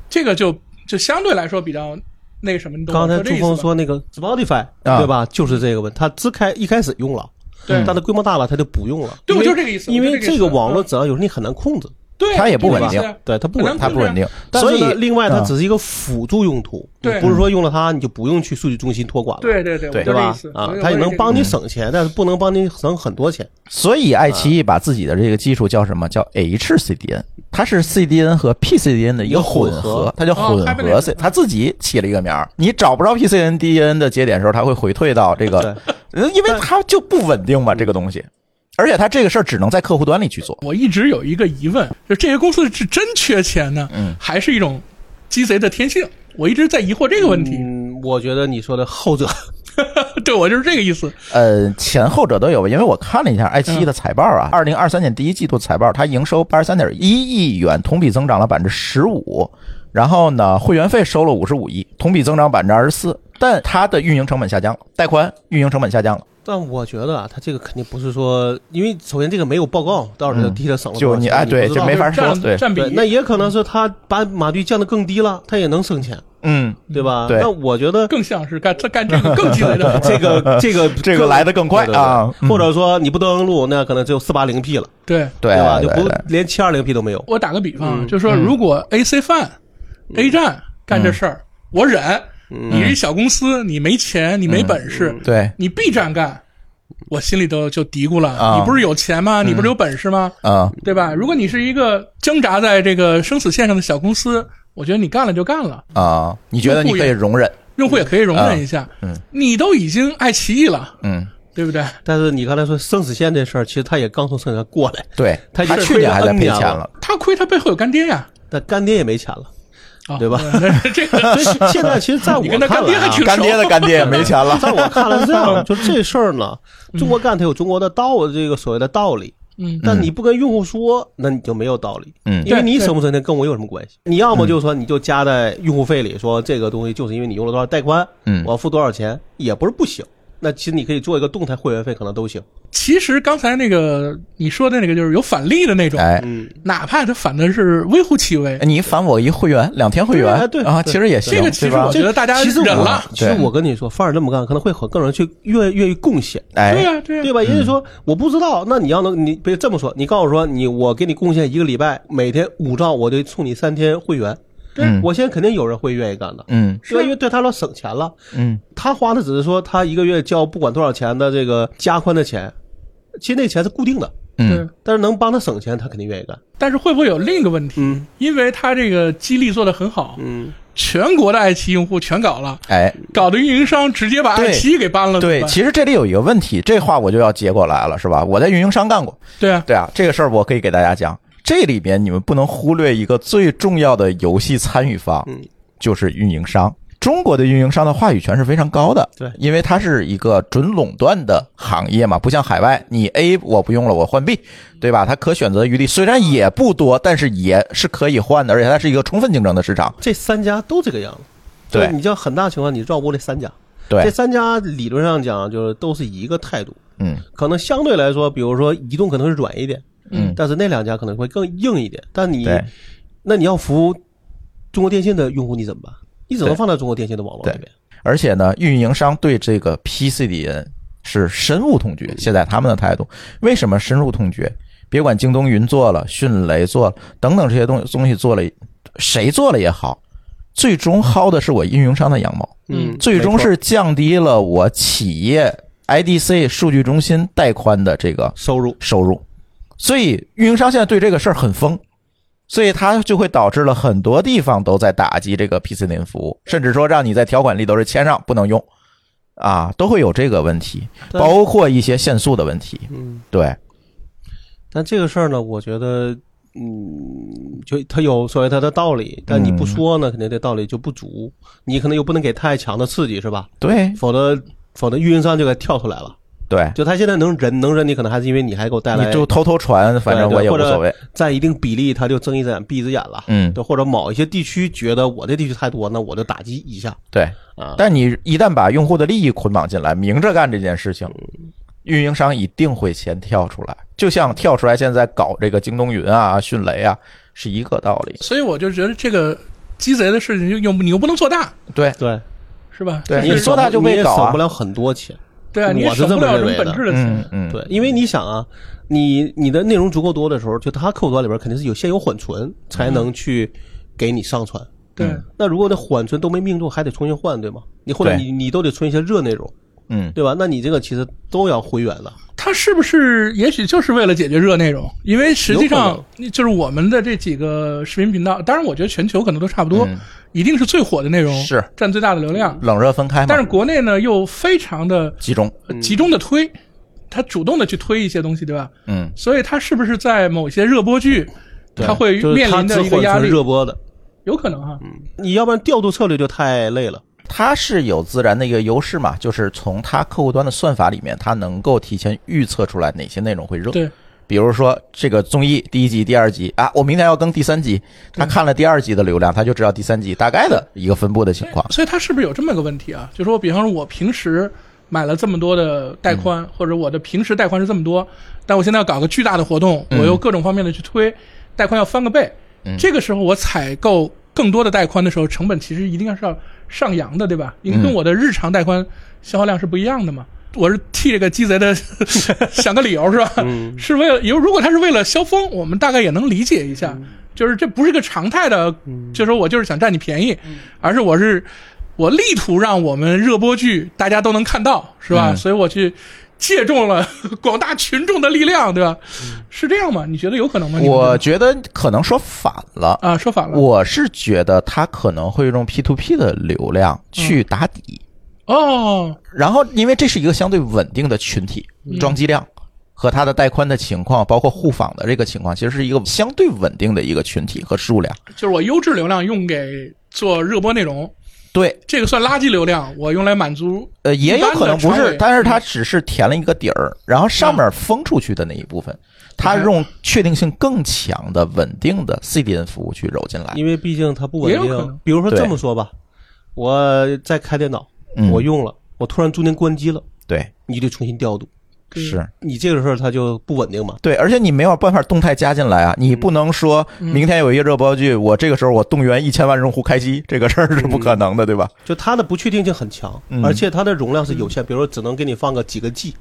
[SPEAKER 3] 这个就就相对来说比较那个什么，你懂我
[SPEAKER 2] 刚才
[SPEAKER 3] 说这
[SPEAKER 2] 朱
[SPEAKER 3] 意思
[SPEAKER 2] 峰
[SPEAKER 3] 吧
[SPEAKER 2] 说那个 Spotify，
[SPEAKER 1] 啊
[SPEAKER 2] 对吧？就是这个问题，他只开一开始用了，
[SPEAKER 3] 对
[SPEAKER 2] 但它规模大了，他就不用了。
[SPEAKER 3] 对
[SPEAKER 2] 因为
[SPEAKER 3] 我就是这个意思
[SPEAKER 2] 因
[SPEAKER 3] 我就
[SPEAKER 2] 为
[SPEAKER 3] 是这个意
[SPEAKER 2] 这
[SPEAKER 3] 思嗯
[SPEAKER 2] 个网络质量有时候你很难控制，
[SPEAKER 3] 对，
[SPEAKER 1] 它也不
[SPEAKER 3] 对
[SPEAKER 1] 稳定
[SPEAKER 3] 嗯对吧
[SPEAKER 2] 对它不
[SPEAKER 3] 很
[SPEAKER 2] 稳
[SPEAKER 3] 难
[SPEAKER 1] 它不
[SPEAKER 3] 控制
[SPEAKER 1] 稳定，
[SPEAKER 2] 但是
[SPEAKER 1] 所以
[SPEAKER 2] 呢另外它
[SPEAKER 1] 嗯
[SPEAKER 2] 只是一个辅助用途，
[SPEAKER 3] 对
[SPEAKER 2] 你不是说用了它你就不用去数据中心托管了，
[SPEAKER 3] 对对对，
[SPEAKER 1] 对
[SPEAKER 3] 我
[SPEAKER 2] 对
[SPEAKER 3] 就这意
[SPEAKER 2] 吧
[SPEAKER 3] 思？
[SPEAKER 2] 啊
[SPEAKER 3] 我就，
[SPEAKER 2] 它也能帮
[SPEAKER 3] 我
[SPEAKER 2] 你
[SPEAKER 3] 就
[SPEAKER 2] 省钱，但是不能帮你省很多钱。
[SPEAKER 1] 所以爱奇艺把自己的这个技术叫什么？叫 HCDN，它是 CDN 和 PCDN 的一个混
[SPEAKER 2] 一个
[SPEAKER 1] 合
[SPEAKER 2] 混合，
[SPEAKER 1] 它叫
[SPEAKER 3] 哦
[SPEAKER 1] 混
[SPEAKER 3] 它被那
[SPEAKER 1] 合
[SPEAKER 3] 个
[SPEAKER 1] C，它自己起了一个名儿。你找不着 PCDN 的节点的时候，它会回退到这个，呃因为它就不稳定嘛，这个东西。而且它这个事儿只能在客户端里去做。
[SPEAKER 3] 我一直有一个疑问，就这些公司是真缺钱呢，
[SPEAKER 1] 嗯
[SPEAKER 3] 还是一种鸡贼的天性？我一直在疑惑这个问题。
[SPEAKER 2] 嗯，我觉得你说的后者，
[SPEAKER 3] 对我就是这个意思。
[SPEAKER 1] 呃，前后者都有吧，因为我看了一下爱奇
[SPEAKER 2] 嗯
[SPEAKER 1] 艺的财报啊，二零二三年第一季度财报，它营收八十三点一亿元，同比增长了百分之十五，然后呢，会员费收了五十五亿，同比增长百分之二十四，但它的运营成本下降了，带宽运营成本下降了，
[SPEAKER 2] 但我觉得啊，它这个肯定不是说，因为首先这个没有报告，到时候替他省了
[SPEAKER 1] 嗯就
[SPEAKER 2] 多少
[SPEAKER 1] 你
[SPEAKER 2] 钱
[SPEAKER 1] 哎，
[SPEAKER 2] 不
[SPEAKER 1] 对，
[SPEAKER 2] 知
[SPEAKER 1] 这
[SPEAKER 2] 道
[SPEAKER 1] 没法说，
[SPEAKER 3] 占
[SPEAKER 1] 对，
[SPEAKER 3] 占比
[SPEAKER 2] 对，那也可能是他把码率降得更低了，他也能省钱，
[SPEAKER 1] 嗯，
[SPEAKER 2] 对吧？
[SPEAKER 1] 对
[SPEAKER 2] 那我觉得。
[SPEAKER 3] 更像是干这干这个更鸡 贼的
[SPEAKER 2] 这个这个
[SPEAKER 1] 这个来得更快
[SPEAKER 2] 对对对
[SPEAKER 1] 啊嗯
[SPEAKER 2] 或者说你不登录，那可能只有四八零 P 了，
[SPEAKER 3] 对
[SPEAKER 1] 对
[SPEAKER 2] 吧？就
[SPEAKER 1] 对
[SPEAKER 2] 不
[SPEAKER 1] 对
[SPEAKER 2] 连七二零 P 都没有。
[SPEAKER 3] 我打个比方，啊
[SPEAKER 2] 嗯
[SPEAKER 3] 就说如果 AC 范、A 站
[SPEAKER 1] 嗯
[SPEAKER 3] 干这事儿，我忍。
[SPEAKER 2] 嗯
[SPEAKER 3] 你是一小公司，你没钱，你没
[SPEAKER 1] 嗯
[SPEAKER 3] 本事，
[SPEAKER 1] 对，
[SPEAKER 3] 你 B 站干，我心里都就嘀咕了。
[SPEAKER 1] 啊
[SPEAKER 3] 你不是有钱吗？你不是有本事吗？
[SPEAKER 1] 嗯，
[SPEAKER 3] 对吧？如果你是一个挣扎在这个生死线上的小公司，我觉得你干了就干了，
[SPEAKER 1] 啊，你觉得你可以容忍？
[SPEAKER 3] 用户也可以容忍一下。
[SPEAKER 1] 嗯嗯
[SPEAKER 3] 你都已经爱奇艺了，
[SPEAKER 1] 嗯，
[SPEAKER 3] 对不对？
[SPEAKER 2] 但是你刚才说生死线这事儿，其实他也刚从生死线过来，
[SPEAKER 1] 对，
[SPEAKER 2] 他已
[SPEAKER 1] 他
[SPEAKER 2] 经
[SPEAKER 1] 去年还在赔
[SPEAKER 2] 亏了
[SPEAKER 1] 钱
[SPEAKER 2] N 年
[SPEAKER 1] 了
[SPEAKER 2] 了，
[SPEAKER 3] 他亏，他背后有干爹呀、
[SPEAKER 2] 但干爹也没钱了。
[SPEAKER 3] 啊，
[SPEAKER 2] 对吧
[SPEAKER 3] 那这个
[SPEAKER 2] 所以现在其实在我
[SPEAKER 3] 你
[SPEAKER 2] 看
[SPEAKER 3] 跟他
[SPEAKER 2] 来、
[SPEAKER 3] 干爹还
[SPEAKER 2] 啊，
[SPEAKER 3] 挺
[SPEAKER 1] 干爹的干爹也没 钱了，
[SPEAKER 2] 在我看来是这 样，就这事儿呢，中国干它有中国的道，这个所谓的道理。
[SPEAKER 3] 嗯，
[SPEAKER 2] 但你不跟用户说，那你就没有道理。
[SPEAKER 1] 嗯
[SPEAKER 2] 因为
[SPEAKER 3] 对
[SPEAKER 2] 你
[SPEAKER 3] 对
[SPEAKER 2] 省不省钱跟我有什么关系？你要么就说你就加在用户费里，说这个东西就是因为你用了多少带宽，
[SPEAKER 1] 嗯
[SPEAKER 2] 我要付多少钱，也不是不行。那其实你可以做一个动态会员费，可能都行。
[SPEAKER 3] 其实刚才那个你说的那个就是有返利的那种，
[SPEAKER 1] 哎。
[SPEAKER 2] 嗯，
[SPEAKER 3] 哪怕他反的是微乎其微，
[SPEAKER 1] 你返我一会员，两天会员，
[SPEAKER 2] 对对
[SPEAKER 1] 啊，
[SPEAKER 2] 对
[SPEAKER 1] 其实也行，
[SPEAKER 3] 这个其
[SPEAKER 1] 对
[SPEAKER 3] 实
[SPEAKER 1] 吧
[SPEAKER 3] 我觉得大家
[SPEAKER 2] 其实我
[SPEAKER 3] 忍了，
[SPEAKER 2] 其实
[SPEAKER 1] 对
[SPEAKER 2] 我跟你说，反而这么干可能会很更容易去愿愿意贡献。
[SPEAKER 1] 哎，
[SPEAKER 3] 对啊呀、对呀、
[SPEAKER 2] 对吧？人家说我不知道，那你要能你别这么说，你告诉我说你我给你贡献一个礼拜，每天五兆，我就送你三天会员。
[SPEAKER 3] 啊
[SPEAKER 1] 嗯
[SPEAKER 2] 我现在肯定有人会愿意干的，
[SPEAKER 1] 嗯
[SPEAKER 2] 对吧？因为对他来说省钱了，
[SPEAKER 1] 嗯，
[SPEAKER 2] 他花的只是说他一个月交不管多少钱的这个加宽的钱，其实那钱是固定的，
[SPEAKER 1] 嗯
[SPEAKER 3] 对，
[SPEAKER 2] 但是能帮他省钱，他肯定愿意干。
[SPEAKER 3] 但是会不会有另一个问题？
[SPEAKER 2] 嗯
[SPEAKER 3] 因为他这个激励做得很好，
[SPEAKER 2] 嗯，
[SPEAKER 3] 全国的爱奇艺用户全搞了，
[SPEAKER 1] 哎，
[SPEAKER 3] 搞得运营商直接把爱奇艺给搬了，
[SPEAKER 1] 对，
[SPEAKER 3] 怎么办
[SPEAKER 1] 其实这里有一个问题，这话我就要接过来了，是吧？我在运营商干过，
[SPEAKER 3] 对啊，
[SPEAKER 1] 对啊，这个事儿我可以给大家讲。这里边你们不能忽略一个最重要的游戏参与方，
[SPEAKER 2] 嗯
[SPEAKER 1] 就是运营商。中国的运营商的话语权是非常高的，
[SPEAKER 2] 对
[SPEAKER 1] 因为它是一个准垄断的行业嘛，不像海外，你 A 我不用了，我换 B，对吧？它可选择余地虽然也不多，但是也是可以换的，而且它是一个充分竞争的市场。
[SPEAKER 2] 这三家都这个样子。
[SPEAKER 1] 对
[SPEAKER 2] 所以你叫很大情况，你绕不过这三家。这
[SPEAKER 1] 对，
[SPEAKER 2] 三家理论上讲，就是都是一个态度。
[SPEAKER 1] 嗯
[SPEAKER 2] 可能相对来说，比如说移动可能是软一点，
[SPEAKER 1] 嗯
[SPEAKER 2] 但是那两家可能会更硬一点。但你
[SPEAKER 1] 对
[SPEAKER 2] 那你要服务中国电信的用户，你怎么办？你只能
[SPEAKER 1] 对
[SPEAKER 2] 放在中国电信的网络里面。
[SPEAKER 1] 而且呢，运营商对这个 PCDN 是深恶痛
[SPEAKER 2] 嗯
[SPEAKER 1] 绝。现在他们的态度，为什么深恶痛绝？别管京东云做了、迅雷做了等等这些东东西做了，谁做了也好，最终薅的是我运营商的羊毛，
[SPEAKER 3] 嗯
[SPEAKER 1] 最终
[SPEAKER 2] 没错
[SPEAKER 1] 是降低了我企业 IDC 数据中心带宽的这个
[SPEAKER 2] 收入。
[SPEAKER 1] 收入。所以运营商现在对这个事儿很疯，所以它就会导致了很多地方都在打击这个 PCN 服务，甚至说让你在条款里都是签上不能用，啊，都会有这个问题，
[SPEAKER 2] 但
[SPEAKER 1] 包括一些限速的问题。
[SPEAKER 2] 嗯，
[SPEAKER 1] 对，
[SPEAKER 2] 但这个事儿呢，我觉得，嗯，就它有所谓它的道理，但你不说呢，肯定这道理就不足。你可能又不能给太强的刺激，是吧？
[SPEAKER 1] 对，
[SPEAKER 2] 否则否则运营商就该跳出来了。
[SPEAKER 1] 对，
[SPEAKER 2] 就他现在能忍能忍你，可能还是因为你还给我带来
[SPEAKER 1] 你就偷偷传，反正我也无所谓。
[SPEAKER 2] 在一定比例，他就睁一只眼闭一只眼了。
[SPEAKER 1] 嗯
[SPEAKER 2] 对，或者某一些地区觉得我这地区太多，那我就打击一下
[SPEAKER 1] 对，
[SPEAKER 2] 啊。
[SPEAKER 1] 但你一旦把用户的利益捆绑进来，明着干这件事情，
[SPEAKER 2] 嗯
[SPEAKER 1] 运营商一定会先跳出来。就像跳出来现在搞这个京东云啊、迅雷啊是一个道理。
[SPEAKER 3] 所以我就觉得这个鸡贼的事情又又你又不能做大，
[SPEAKER 1] 对
[SPEAKER 2] 对，
[SPEAKER 3] 是吧？
[SPEAKER 1] 对你
[SPEAKER 2] 你也
[SPEAKER 1] 说
[SPEAKER 2] 省
[SPEAKER 1] 大就
[SPEAKER 2] 你
[SPEAKER 1] 被
[SPEAKER 2] 也
[SPEAKER 1] 搞啊
[SPEAKER 2] 省不了很多钱。
[SPEAKER 3] 对啊，你也
[SPEAKER 2] 我是
[SPEAKER 3] 省不
[SPEAKER 2] 这么
[SPEAKER 3] 了什么
[SPEAKER 2] 认为
[SPEAKER 3] 本
[SPEAKER 2] 的
[SPEAKER 3] 质的
[SPEAKER 1] 嗯
[SPEAKER 3] 钱。
[SPEAKER 1] 嗯，
[SPEAKER 2] 对，因为你想啊，你你的内容足够多的时候，就它客户端里边肯定是有先有缓存，才能去给你上传。
[SPEAKER 3] 对，
[SPEAKER 1] 嗯
[SPEAKER 2] 那如果那缓存都没命中，还得重新换，对吗？你或者
[SPEAKER 1] 对
[SPEAKER 2] 你你都得存一些热内容，
[SPEAKER 1] 嗯，
[SPEAKER 2] 对吧？那你这个其实都要回源了。
[SPEAKER 3] 它是不是也许就是为了解决热内容？因为实际
[SPEAKER 2] 有
[SPEAKER 3] 上
[SPEAKER 2] 可
[SPEAKER 3] 就是我们的这几个视频频道，当然我觉得全球可能都差不多，
[SPEAKER 1] 嗯
[SPEAKER 3] 一定是最火的内容，
[SPEAKER 1] 是
[SPEAKER 3] 占最大的流
[SPEAKER 2] 嗯
[SPEAKER 3] 量。
[SPEAKER 1] 冷热分开嘛，
[SPEAKER 3] 但是国内呢又非常的
[SPEAKER 1] 集中。
[SPEAKER 2] 嗯
[SPEAKER 3] 集中的推，它主动的去推一些东西，对吧？
[SPEAKER 1] 嗯，
[SPEAKER 3] 所以它是不是在某些热播剧，
[SPEAKER 2] 对
[SPEAKER 3] 它会
[SPEAKER 2] 就是
[SPEAKER 3] 面
[SPEAKER 2] 它
[SPEAKER 3] 临的
[SPEAKER 2] 只
[SPEAKER 3] 一个
[SPEAKER 2] 缓
[SPEAKER 3] 压
[SPEAKER 2] 存
[SPEAKER 3] 力，
[SPEAKER 2] 热嗯播的，
[SPEAKER 3] 有可能哈、
[SPEAKER 2] 你要不然调度策略就太累了。
[SPEAKER 1] 它是有自然的一个优势嘛，就是从它客户端的算法里面，它能够提前预测出来哪些内容会热。
[SPEAKER 3] 对，
[SPEAKER 1] 比如说这个综艺第一集、第二集啊，我明天要更第三
[SPEAKER 3] 嗯
[SPEAKER 1] 集，他看了第二集的流量，他就知道第三集大概的一个分布的情况。
[SPEAKER 3] 所以它是不是有这么个问题啊？就说，比方说我平时买了这么多的带宽，或者我的平时带宽是这么多，但我现在要搞个巨大的活动，我又各种方面的去推，带宽要翻个倍。这个时候我采购更多的带宽的时候，成本其实一定是要上扬的，对吧？因为
[SPEAKER 1] 嗯
[SPEAKER 3] 跟我的日常带宽消耗量是不一样的嘛。我是替这个鸡贼的 想个理由是吧？
[SPEAKER 1] 嗯
[SPEAKER 3] 是为了，如如果他是为了消风，我们大概也能理解一下，
[SPEAKER 1] 嗯
[SPEAKER 3] 就是这不是个常态的，就是说我就是想占你便宜，
[SPEAKER 1] 嗯
[SPEAKER 3] 而是我是我力图让我们热播剧大家都能看到，是吧？
[SPEAKER 1] 嗯
[SPEAKER 3] 所以我去借重了 广大群众的力量，对吧？是这样吗？你觉得有可能吗？你们
[SPEAKER 1] 嗯
[SPEAKER 3] 觉
[SPEAKER 1] 我
[SPEAKER 3] 得
[SPEAKER 1] 觉得可能说反了，
[SPEAKER 3] 啊，说反了，
[SPEAKER 1] 我是觉得他可能会用 P to P 的流量去打底，
[SPEAKER 3] 哦，
[SPEAKER 1] 然后因为这是一个相对稳定的群体，
[SPEAKER 2] 嗯
[SPEAKER 1] 装机量和它的带宽的情况，包括互访的这个情况，其实是一个相对稳定的一个群体和数量。
[SPEAKER 3] 就是我优质流量用给做热播内容，
[SPEAKER 1] 对，
[SPEAKER 3] 这个算垃圾流量，我用来满足
[SPEAKER 1] 呃，也有可能不
[SPEAKER 3] 一般的常
[SPEAKER 1] 是
[SPEAKER 3] 委，
[SPEAKER 1] 但是它只是填了一个底儿，然后上面封出去的那一部分，
[SPEAKER 2] 嗯
[SPEAKER 1] 它用确定性更强的、稳定的 CDN 服务去揉进来。
[SPEAKER 2] 因为毕竟它不稳
[SPEAKER 3] 也有可能
[SPEAKER 2] 定。啊比如说
[SPEAKER 1] 对
[SPEAKER 2] 这么说吧，我在开电脑，
[SPEAKER 1] 嗯
[SPEAKER 2] 我用了，我突然中间关机了，
[SPEAKER 1] 对，
[SPEAKER 2] 你得重新调度，
[SPEAKER 1] 是
[SPEAKER 2] 你这个时候它就不稳定嘛。
[SPEAKER 1] 对，而且你没有办法动态加进来啊，你不能说
[SPEAKER 2] 嗯
[SPEAKER 1] 明天有一个热播剧，我这个时候我动员一千万用户开机，这个事儿
[SPEAKER 2] 嗯
[SPEAKER 1] 是不可能的，对吧？
[SPEAKER 2] 就它的不确定性很强，
[SPEAKER 1] 嗯
[SPEAKER 2] 而且它的容量是有限，比如说只能给你放个几个 G，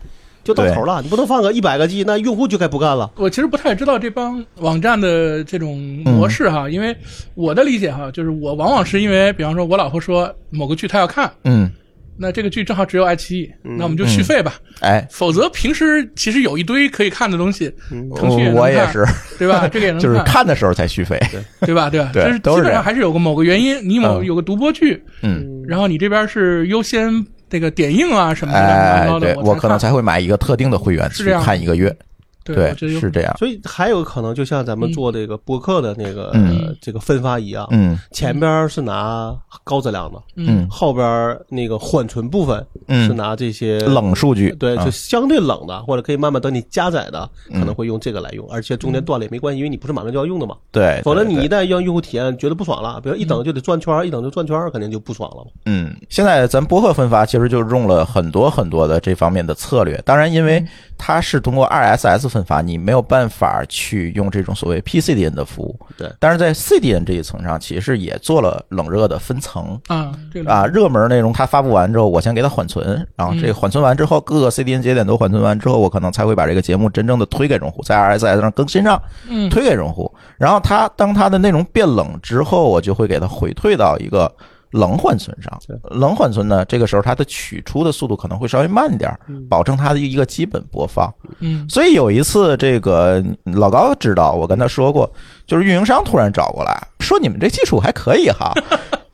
[SPEAKER 2] 就到头了。你不能放个一百个 G，那用户就该不干了。
[SPEAKER 3] 我其实不太知道这帮网站的这种模式
[SPEAKER 1] 嗯
[SPEAKER 3] 哈，因为我的理解哈，就是我往往是因为，比方说我老婆说某个剧她要看，
[SPEAKER 1] 嗯，
[SPEAKER 3] 那这个剧正好只有爱奇艺，那我们就续费吧。
[SPEAKER 1] 哎，
[SPEAKER 3] 否则平时其实有一堆可以看的东西，腾讯也能看
[SPEAKER 1] 嗯哦我也是，
[SPEAKER 3] 对吧？这个也能
[SPEAKER 1] 就是看的时候才续费。
[SPEAKER 3] 对吧？对吧？
[SPEAKER 1] 对
[SPEAKER 3] 就是
[SPEAKER 1] 都
[SPEAKER 3] 基
[SPEAKER 1] 是这
[SPEAKER 3] 本上
[SPEAKER 1] 样
[SPEAKER 3] 还是有个某个原因，你某
[SPEAKER 1] 嗯
[SPEAKER 3] 有个独播剧，
[SPEAKER 1] 嗯，
[SPEAKER 3] 然后你这边是优先这个点映啊什么的乱七
[SPEAKER 1] 哎
[SPEAKER 3] 八，糟的，
[SPEAKER 1] 对我可能
[SPEAKER 3] 才
[SPEAKER 1] 才会买一个特定的会员
[SPEAKER 3] 是
[SPEAKER 1] 去
[SPEAKER 3] 这样
[SPEAKER 1] 看一个月，
[SPEAKER 3] 看对，我觉得有
[SPEAKER 1] 是这样，
[SPEAKER 2] 所以还有可能，就像咱们做这个播客的那个、
[SPEAKER 1] 嗯
[SPEAKER 2] 呃这个分发一样，
[SPEAKER 1] 嗯
[SPEAKER 2] 前边是拿高质量的，
[SPEAKER 1] 嗯，
[SPEAKER 2] 后边那个缓存部分
[SPEAKER 1] 嗯
[SPEAKER 2] 是拿这些
[SPEAKER 1] 冷数据，
[SPEAKER 2] 对，
[SPEAKER 1] 啊嗯
[SPEAKER 2] 就相对冷的，或者可以慢慢等你加载的，可能会用这个来用，而且中间断了也没关系，因为你不是马上就要用的嘛。
[SPEAKER 1] 对，
[SPEAKER 2] 否则你
[SPEAKER 1] 对
[SPEAKER 2] 一旦让用户体验觉得不爽了，比如一等就得转圈儿，一等就转圈儿，肯定就不爽了嘛。
[SPEAKER 1] 嗯，现在咱播客分发其实就用了很多很多的这方面的策略。当然，因
[SPEAKER 3] 嗯
[SPEAKER 1] 为它是通过 RSS 分发，你没有办法去用这种所谓 PCDN 的服务。
[SPEAKER 2] 对
[SPEAKER 1] 但是在 CDN 这一层上，其实也做了冷热的分层。
[SPEAKER 3] 啊，这个
[SPEAKER 1] 啊，热门内容它发布完之后，我先给它缓存，然后这缓存完之后，各个 CDN 节点都缓存完之后，我可能才会把这个节目真正的推给用户，在 RSS 上更新上
[SPEAKER 3] 嗯
[SPEAKER 1] 推给用户。然后它当它的内容变冷之后，我就会给它回退到一个冷缓存上。冷缓存呢，这个时候它的取出的速度可能会稍微慢一点儿，保证它的一个基本播放。
[SPEAKER 3] 嗯
[SPEAKER 1] 所以有一次，这个老高知道，我跟他说过，就是运营商突然找过来，说你们这技术还可以哈。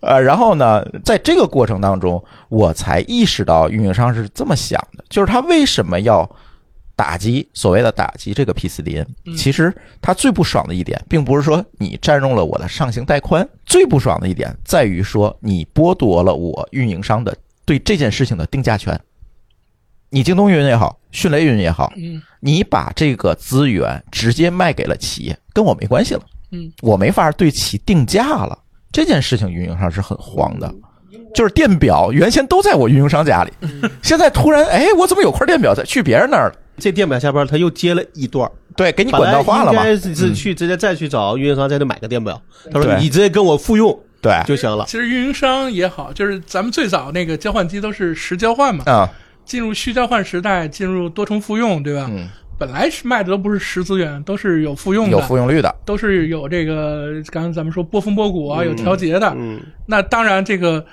[SPEAKER 1] 呃，然后呢，在这个过程当中，我才意识到运营商是这么想的，就是他为什么要打击所谓的打击这个 PCDN？其实他最不爽的一点，并不是说你占用了我的上行带宽，最不爽的一点在于说你剥夺了我运营商的对这件事情的定价权。你京东云也好，迅雷云也好，
[SPEAKER 3] 嗯
[SPEAKER 1] 你把这个资源直接卖给了企业，跟我没关系了。
[SPEAKER 3] 嗯，
[SPEAKER 1] 我没法对其定价了。这件事情运营商是很慌的，就是电表原先都在我运营商家里，现在突然哎，我怎么有块电表在去别人那儿了？
[SPEAKER 2] 这电表下边他又接了一段儿，
[SPEAKER 1] 对，给你管道化了
[SPEAKER 2] 本
[SPEAKER 1] 嘛嗯
[SPEAKER 2] 来？应该是去直接再去找运营商再去买个电表，他说
[SPEAKER 1] 对哎
[SPEAKER 2] 你直接跟我复用
[SPEAKER 1] 对，
[SPEAKER 2] 就行了。
[SPEAKER 3] 其实运营商也好，就是咱们最早那个交换机都是实交换嘛，
[SPEAKER 1] 啊，
[SPEAKER 3] 进入虚交换时代，进入多重复用，对吧？
[SPEAKER 1] 嗯，
[SPEAKER 3] 本来是卖的都不是实资源，都是有复用的，
[SPEAKER 1] 有复用率的，
[SPEAKER 3] 都是有这个刚才咱们说波峰波谷啊，有调节的。
[SPEAKER 2] 嗯，
[SPEAKER 3] 那当然，这个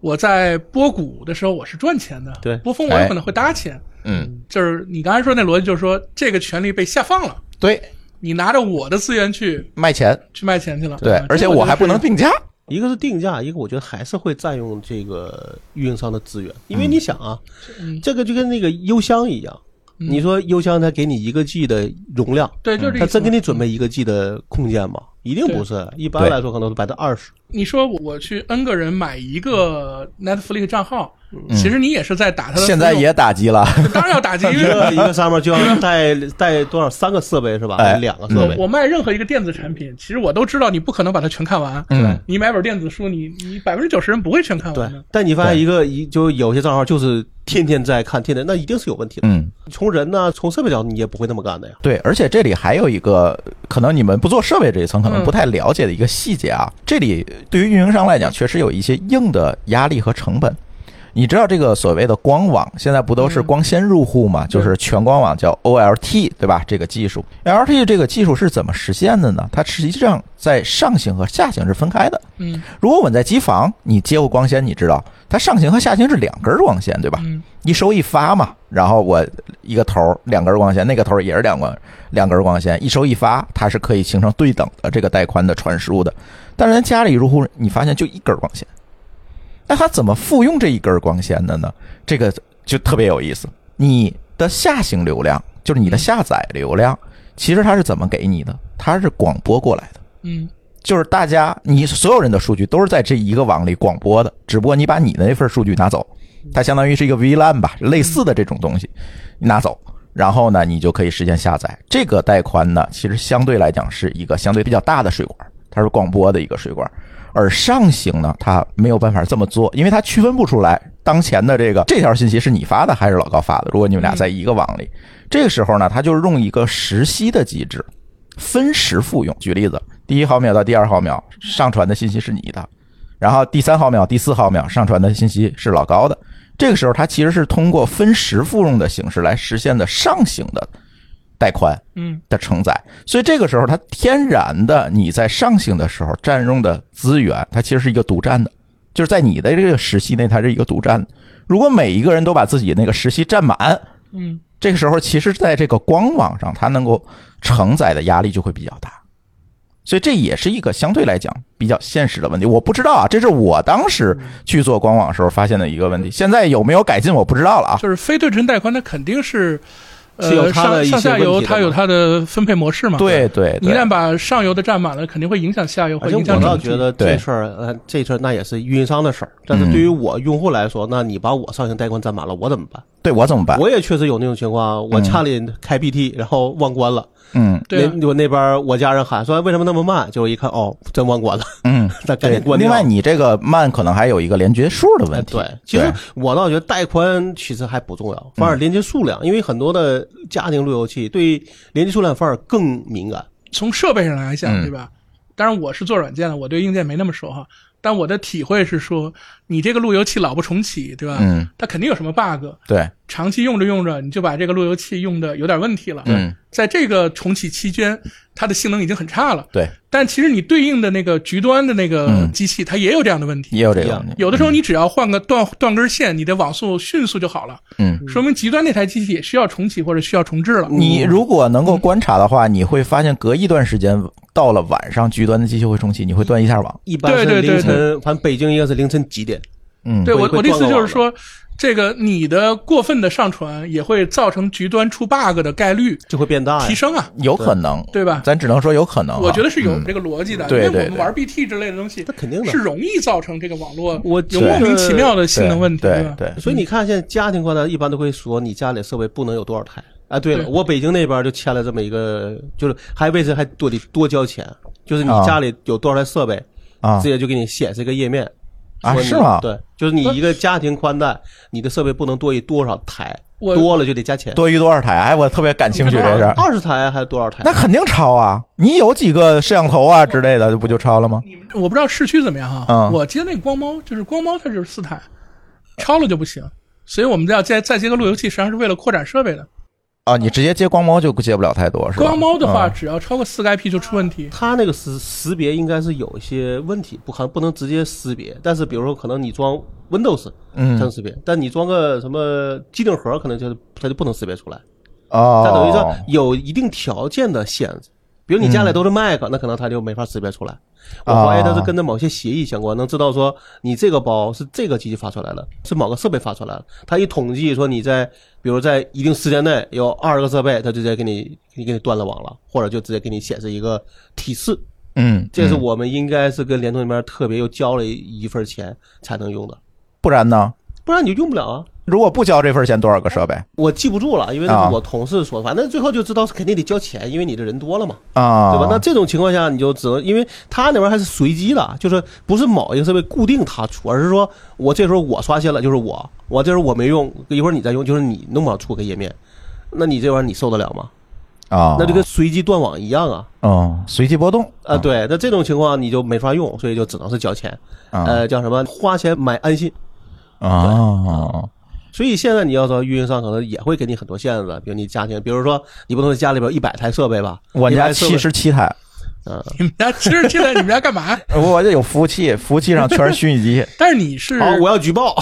[SPEAKER 3] 我在波谷的时候我是赚钱的，
[SPEAKER 2] 对
[SPEAKER 3] 波峰我有可能会搭钱。
[SPEAKER 1] 嗯，
[SPEAKER 3] 就是你刚才说那逻辑，就是说这个权利被下放了，
[SPEAKER 1] 对，
[SPEAKER 3] 你拿着我的资源去
[SPEAKER 1] 卖钱，
[SPEAKER 3] 去卖钱去了。
[SPEAKER 1] 对
[SPEAKER 3] 啊，
[SPEAKER 1] 而且
[SPEAKER 3] 这个
[SPEAKER 1] 我
[SPEAKER 3] 觉得
[SPEAKER 1] 还不能定价，
[SPEAKER 2] 一个是定价，一个我觉得还是会占用这个运营商的资源，因为你想啊，
[SPEAKER 3] 嗯
[SPEAKER 2] 这个就跟那个邮箱一样，
[SPEAKER 3] 嗯
[SPEAKER 2] 你说邮箱它给你一个 G 的容量，
[SPEAKER 3] 对，就是这
[SPEAKER 2] 它
[SPEAKER 3] 意思
[SPEAKER 2] 真给你准备一个 G 的空间吗？一定不是，一般
[SPEAKER 1] 对
[SPEAKER 2] 来说可能是百分之二十。
[SPEAKER 3] 你说我我去 N 个人买一个 Netflix 账号，
[SPEAKER 1] 嗯
[SPEAKER 3] 其实你也是在打他的费用。
[SPEAKER 1] 现在也打击了，
[SPEAKER 3] 当然要打击，因
[SPEAKER 2] 一
[SPEAKER 3] 为
[SPEAKER 2] 个一个上面就 要带带多少三个设备是吧？
[SPEAKER 1] 哎
[SPEAKER 2] 两个设
[SPEAKER 3] 我
[SPEAKER 2] 备。
[SPEAKER 3] 我卖任何一个电子产品，其实我都知道你不可能把它全看完。
[SPEAKER 1] 嗯，
[SPEAKER 3] 你买本电子书，你你百分之九十人不会全看
[SPEAKER 2] 对
[SPEAKER 3] 完的。，
[SPEAKER 2] 但你发现一个一就有些账号就是天天在看，天天那一定是有问题的。
[SPEAKER 1] 嗯，
[SPEAKER 2] 从人呢，从设备角度你也不会那么干的呀。
[SPEAKER 1] 对，而且这里还有一个可能你们不做设备这一层可能不太了解的一个细节啊，这里对于运营商来讲确实有一些硬的压力和成本。你知道这个所谓的光网现在不都是光纤入户嘛？就是全光网叫 OLT 对吧？这个技术，LT 这个技术是怎么实现的呢？它实际上在上行和下行是分开的。
[SPEAKER 3] 嗯
[SPEAKER 1] 如果我们在机房，你接过光纤，你知道它上行和下行是两根光纤对吧？
[SPEAKER 3] 嗯
[SPEAKER 1] 一收一发嘛，然后我一个头儿两根光纤，那个头儿也是两根两根光纤，一收一发，它是可以形成对等的这个带宽的传输的。但是咱家里入户，你发现就一根光纤，那它怎么复用这一根光纤的呢？这个就特别有意思。你的下行流量，就是你的下载流量，其实它是怎么给你的？它是广播过来的。
[SPEAKER 3] 嗯
[SPEAKER 1] 就是大家你所有人的数据都是在这一个网里广播的，只不过你把你的那份数据拿走，它相当于是一个 VLAN 吧，类似的这种东西，你拿走，然后呢，你就可以实现下载。这个带宽呢，其实相对来讲是一个相对比较大的水管，它是广播的一个水管。而上行呢，它没有办法这么做，因为它区分不出来当前的这个这条信息是你发的还是老高发的。如果你们俩在一个网里，这个时候呢，它就是用一个实息的机制，分时复用。举例子，第一毫秒到第二毫秒上传的信息是你的，然后第三毫秒、第四毫秒上传的信息是老高的。这个时候，它其实是通过分时复用的形式来实现的上行的带宽
[SPEAKER 3] 嗯
[SPEAKER 1] 的承载，所以这个时候它天然的你在上行的时候占用的资源，它其实是一个独占的，就是在你的这个时期内，它是一个独占的。如果每一个人都把自己那个时期占满，
[SPEAKER 3] 嗯
[SPEAKER 1] 这个时候，其实在这个光网上，它能够承载的压力就会比较大，所以这也是一个相对来讲比较现实的问题。我不知道啊，这是我当时去做光网时候发现的一个问题，现在有没有改进我不知道了啊。
[SPEAKER 3] 就是非对称带宽，它肯定是
[SPEAKER 2] 是有
[SPEAKER 3] 呃
[SPEAKER 2] 它的一
[SPEAKER 3] 上
[SPEAKER 2] 些
[SPEAKER 3] 上下
[SPEAKER 2] 问
[SPEAKER 3] 游
[SPEAKER 2] 题的
[SPEAKER 3] 它有它的分配模式嘛。，
[SPEAKER 1] 对对
[SPEAKER 3] 你一
[SPEAKER 1] 对
[SPEAKER 3] 旦，把上游的占满了，肯定会影响下游，
[SPEAKER 2] 而
[SPEAKER 3] 会
[SPEAKER 2] 且
[SPEAKER 3] 影响
[SPEAKER 2] 我
[SPEAKER 3] 整
[SPEAKER 2] 倒
[SPEAKER 3] 体
[SPEAKER 2] 觉得
[SPEAKER 1] 对嗯
[SPEAKER 2] 这事儿，呃，这事儿那也是运营商的事儿。但是对于我用户来说，那你把我上行带宽占满了，我怎么办？
[SPEAKER 1] 对我怎么办？
[SPEAKER 2] 我也确实有那种情况，我家里开 BT，然后忘关了。
[SPEAKER 1] 嗯
[SPEAKER 3] 对啊
[SPEAKER 2] 那我那边我家人喊说为什么那么慢，结果一看哦，真忘关了，
[SPEAKER 1] 嗯，
[SPEAKER 2] 那赶
[SPEAKER 1] 对
[SPEAKER 2] 紧。关掉。
[SPEAKER 1] 另外，你这个慢可能还有一个连接数的问
[SPEAKER 2] 啊哎
[SPEAKER 1] 题。
[SPEAKER 2] 对，其实我倒觉得带宽其实还不重要，反而
[SPEAKER 3] 嗯
[SPEAKER 2] 连接数量，因为很多的家庭路由器对连接数量反而更敏感。
[SPEAKER 3] 从设备上来
[SPEAKER 1] 嗯
[SPEAKER 3] 讲，对吧？当然我是做软件的，我对硬件没那么熟哈。但我的体会是说，你这个路由器老不重启，对吧？
[SPEAKER 1] 嗯，
[SPEAKER 3] 它肯定有什么 bug，
[SPEAKER 1] 对，
[SPEAKER 3] 长期用着用着，你就把这个路由器用的有点问题了。
[SPEAKER 1] 嗯，
[SPEAKER 3] 在这个重启期间，它的性能已经很差了。
[SPEAKER 1] 对，
[SPEAKER 3] 但其实你对应的那个局端的那
[SPEAKER 1] 嗯
[SPEAKER 3] 个机器，它也有这样的问题。
[SPEAKER 1] 也有这个问题。
[SPEAKER 3] 有的时候你只要换个断断根线，你的网速迅速就好了，
[SPEAKER 1] 嗯，
[SPEAKER 3] 说明极端那台机器也需要重启或者需要重置了。
[SPEAKER 1] 你如果能够观察的话，你会发现隔一段时间到了晚上，局端的机器会重启，你会断一下网。
[SPEAKER 2] 一般是
[SPEAKER 3] 对对对
[SPEAKER 2] 凌晨，反正北京应该是凌晨几点？
[SPEAKER 1] 嗯，
[SPEAKER 3] 对我
[SPEAKER 2] 会
[SPEAKER 3] 我的意思
[SPEAKER 2] 断个
[SPEAKER 3] 就
[SPEAKER 2] 网
[SPEAKER 3] 是
[SPEAKER 2] 的
[SPEAKER 3] 说，这个你的过分的上传也会造成局端出 bug 的概率
[SPEAKER 2] 就会变大
[SPEAKER 1] 哎
[SPEAKER 2] 呀
[SPEAKER 3] 提。升啊，
[SPEAKER 1] 有可能，
[SPEAKER 3] 对吧
[SPEAKER 1] 咱只能说有可能啊。
[SPEAKER 3] 我觉得是有这个逻辑的，
[SPEAKER 1] 对
[SPEAKER 3] 因为我
[SPEAKER 1] 对
[SPEAKER 3] 们
[SPEAKER 1] 对
[SPEAKER 3] 玩 BT 之类的东西
[SPEAKER 2] 那肯定的
[SPEAKER 3] 是容易造成这个网络
[SPEAKER 2] 我
[SPEAKER 3] 有
[SPEAKER 2] 觉
[SPEAKER 3] 莫
[SPEAKER 2] 得
[SPEAKER 3] 名其妙的性能问题，
[SPEAKER 1] 嗯对
[SPEAKER 3] 吧？
[SPEAKER 1] 对，
[SPEAKER 2] 所以你看，现在家庭宽带一般都会说你家里设备不能有多少台。哎，对了，
[SPEAKER 3] 对
[SPEAKER 2] 我北京那边就签了这么一个，就是还为此还多得多交钱，就是你
[SPEAKER 1] 啊
[SPEAKER 2] 家里有多少台设备，
[SPEAKER 1] 啊
[SPEAKER 2] 直接就给你显示一个页面。
[SPEAKER 1] 啊
[SPEAKER 2] 说你
[SPEAKER 1] 是吗
[SPEAKER 2] 对，就是你一个家庭宽带，你的设备不能多于多少台，
[SPEAKER 3] 我
[SPEAKER 2] 多了就得加钱。
[SPEAKER 1] 多余多少台？哎，我特别感兴趣这事儿，
[SPEAKER 2] 二十台啊还是多少台？
[SPEAKER 1] 那肯定超啊！你有几个摄像头啊之类的，不就超了吗？
[SPEAKER 3] 你们我不知道市区怎么样哈、
[SPEAKER 1] 嗯
[SPEAKER 3] 我接那光猫就是光猫，它就是四台，超了就不行，所以我们要再再接个路由器，实际上是为了扩展设备的。
[SPEAKER 1] 啊，你直接接光猫就接不了太多，是吧？
[SPEAKER 3] 光猫的话，
[SPEAKER 1] 嗯，
[SPEAKER 3] 只要超过四个 IP 就出问题。
[SPEAKER 2] 它那个识识别应该是有一些问题，不可能不能直接识别。但是比如说，可能你装 Windows 它
[SPEAKER 1] 嗯
[SPEAKER 2] 能识别，但你装个什么机顶盒，可能就它就不能识别出来。它等于
[SPEAKER 1] 哦
[SPEAKER 2] 说，有一定条件的限制。比如你家里都是 Mac，、那可
[SPEAKER 1] 嗯
[SPEAKER 2] 能它就没法识别出来。我
[SPEAKER 1] 啊
[SPEAKER 2] 怀疑它是跟着某些协议相关，能知道说你这个包是这个机器发出来的，是某个设备发出来的。它一统计说你在，比如在一定时间内有二十个设备，它直接给你给你给你断了网了，或者就直接给你显示一个提示。
[SPEAKER 1] 嗯，
[SPEAKER 2] 这是
[SPEAKER 1] 嗯
[SPEAKER 2] 我们应该是跟联通那边特别又交了一份钱才能用的，
[SPEAKER 1] 不然呢？
[SPEAKER 2] 不然你就用不了啊。
[SPEAKER 1] 如果不交这份钱，多少个设备
[SPEAKER 2] 我记不住了，因为那
[SPEAKER 1] 啊
[SPEAKER 2] 是我同事说，反正最后就知道是肯定得交钱，因为你的人多了嘛，
[SPEAKER 1] 啊？
[SPEAKER 2] 对吧？那这种情况下，你就只能因为他那玩意儿还是随机的，就是不是某一个设备固定它出，而是说我这时候我刷新了就是我，我这时候我没用，一会儿你再用就是你弄不好出个页面，那你这玩意儿你受得了吗？
[SPEAKER 1] 啊，
[SPEAKER 2] 那就跟随机断网一样啊。
[SPEAKER 1] 嗯，随机波动
[SPEAKER 2] 啊，对，那这种情况你就没法用，所以就只能是交钱，
[SPEAKER 1] 啊
[SPEAKER 2] 呃，叫什么花钱买安心。
[SPEAKER 1] 啊
[SPEAKER 2] 所以现在你要说运营商可能也会给你很多限制，比如你家庭，比如说你不能家里边一百台设备吧？
[SPEAKER 1] 我家
[SPEAKER 2] 100台设备
[SPEAKER 1] 七，十七台，
[SPEAKER 2] 嗯，
[SPEAKER 3] 你们家其实现在你们家干嘛？
[SPEAKER 1] 我这有服务器，服务器上全是虚拟机
[SPEAKER 3] 但是你是
[SPEAKER 2] 好，我要举报。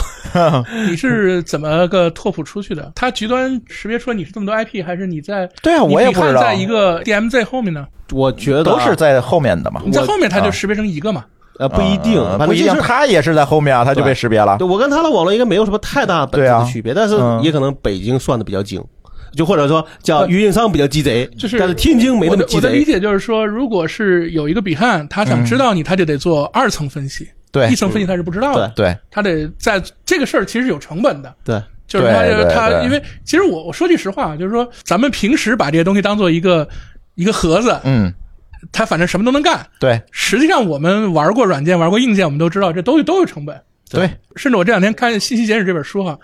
[SPEAKER 3] 你是怎么个拓扑出去的？它局端识别出来你是这么多 IP，还是你在
[SPEAKER 1] 对啊
[SPEAKER 3] 你
[SPEAKER 1] 我也
[SPEAKER 3] 你看
[SPEAKER 1] 不知道
[SPEAKER 3] 在一个 DMZ 后面呢？
[SPEAKER 2] 我觉得啊
[SPEAKER 1] 都是在后面的嘛。
[SPEAKER 3] 你在后面它就
[SPEAKER 1] 啊
[SPEAKER 3] 识别成一个嘛？
[SPEAKER 2] 呃不一定，
[SPEAKER 1] 嗯
[SPEAKER 2] 反
[SPEAKER 1] 不
[SPEAKER 2] 正
[SPEAKER 1] 一
[SPEAKER 2] 就
[SPEAKER 1] 定，
[SPEAKER 2] 是。
[SPEAKER 1] 他也是在后面啊，他就
[SPEAKER 2] 对
[SPEAKER 1] 被识别了
[SPEAKER 2] 对我跟他的网络应该没有什么太大本质
[SPEAKER 1] 对啊
[SPEAKER 2] 的区别，但是
[SPEAKER 1] 嗯
[SPEAKER 2] 也可能北京算的比较精，就或者说叫运营商比较鸡贼，
[SPEAKER 3] 就是
[SPEAKER 2] 但是天津没那么
[SPEAKER 3] 我的
[SPEAKER 2] 鸡
[SPEAKER 3] 我的理
[SPEAKER 2] 贼。
[SPEAKER 3] 解就是说，如果是有一个比汉，他想知道你，他就得做二层分析，
[SPEAKER 1] 嗯对
[SPEAKER 3] 一层分析他是不知道的，
[SPEAKER 1] 对，
[SPEAKER 3] 他得在这个事儿其实有成本的。
[SPEAKER 2] 对，
[SPEAKER 3] 就是他
[SPEAKER 1] 对对
[SPEAKER 3] 他，
[SPEAKER 1] 对
[SPEAKER 3] 因为其实我我说句实话，就是说咱们平时把这些东西当做一个一个盒子，
[SPEAKER 1] 嗯，
[SPEAKER 3] 他反正什么都能干。
[SPEAKER 1] 对
[SPEAKER 3] 实际上我们玩过软件，玩过硬件，我们都知道这东西都有成本。
[SPEAKER 1] 对，
[SPEAKER 3] 甚至我这两天看《信息简史》这本书哈，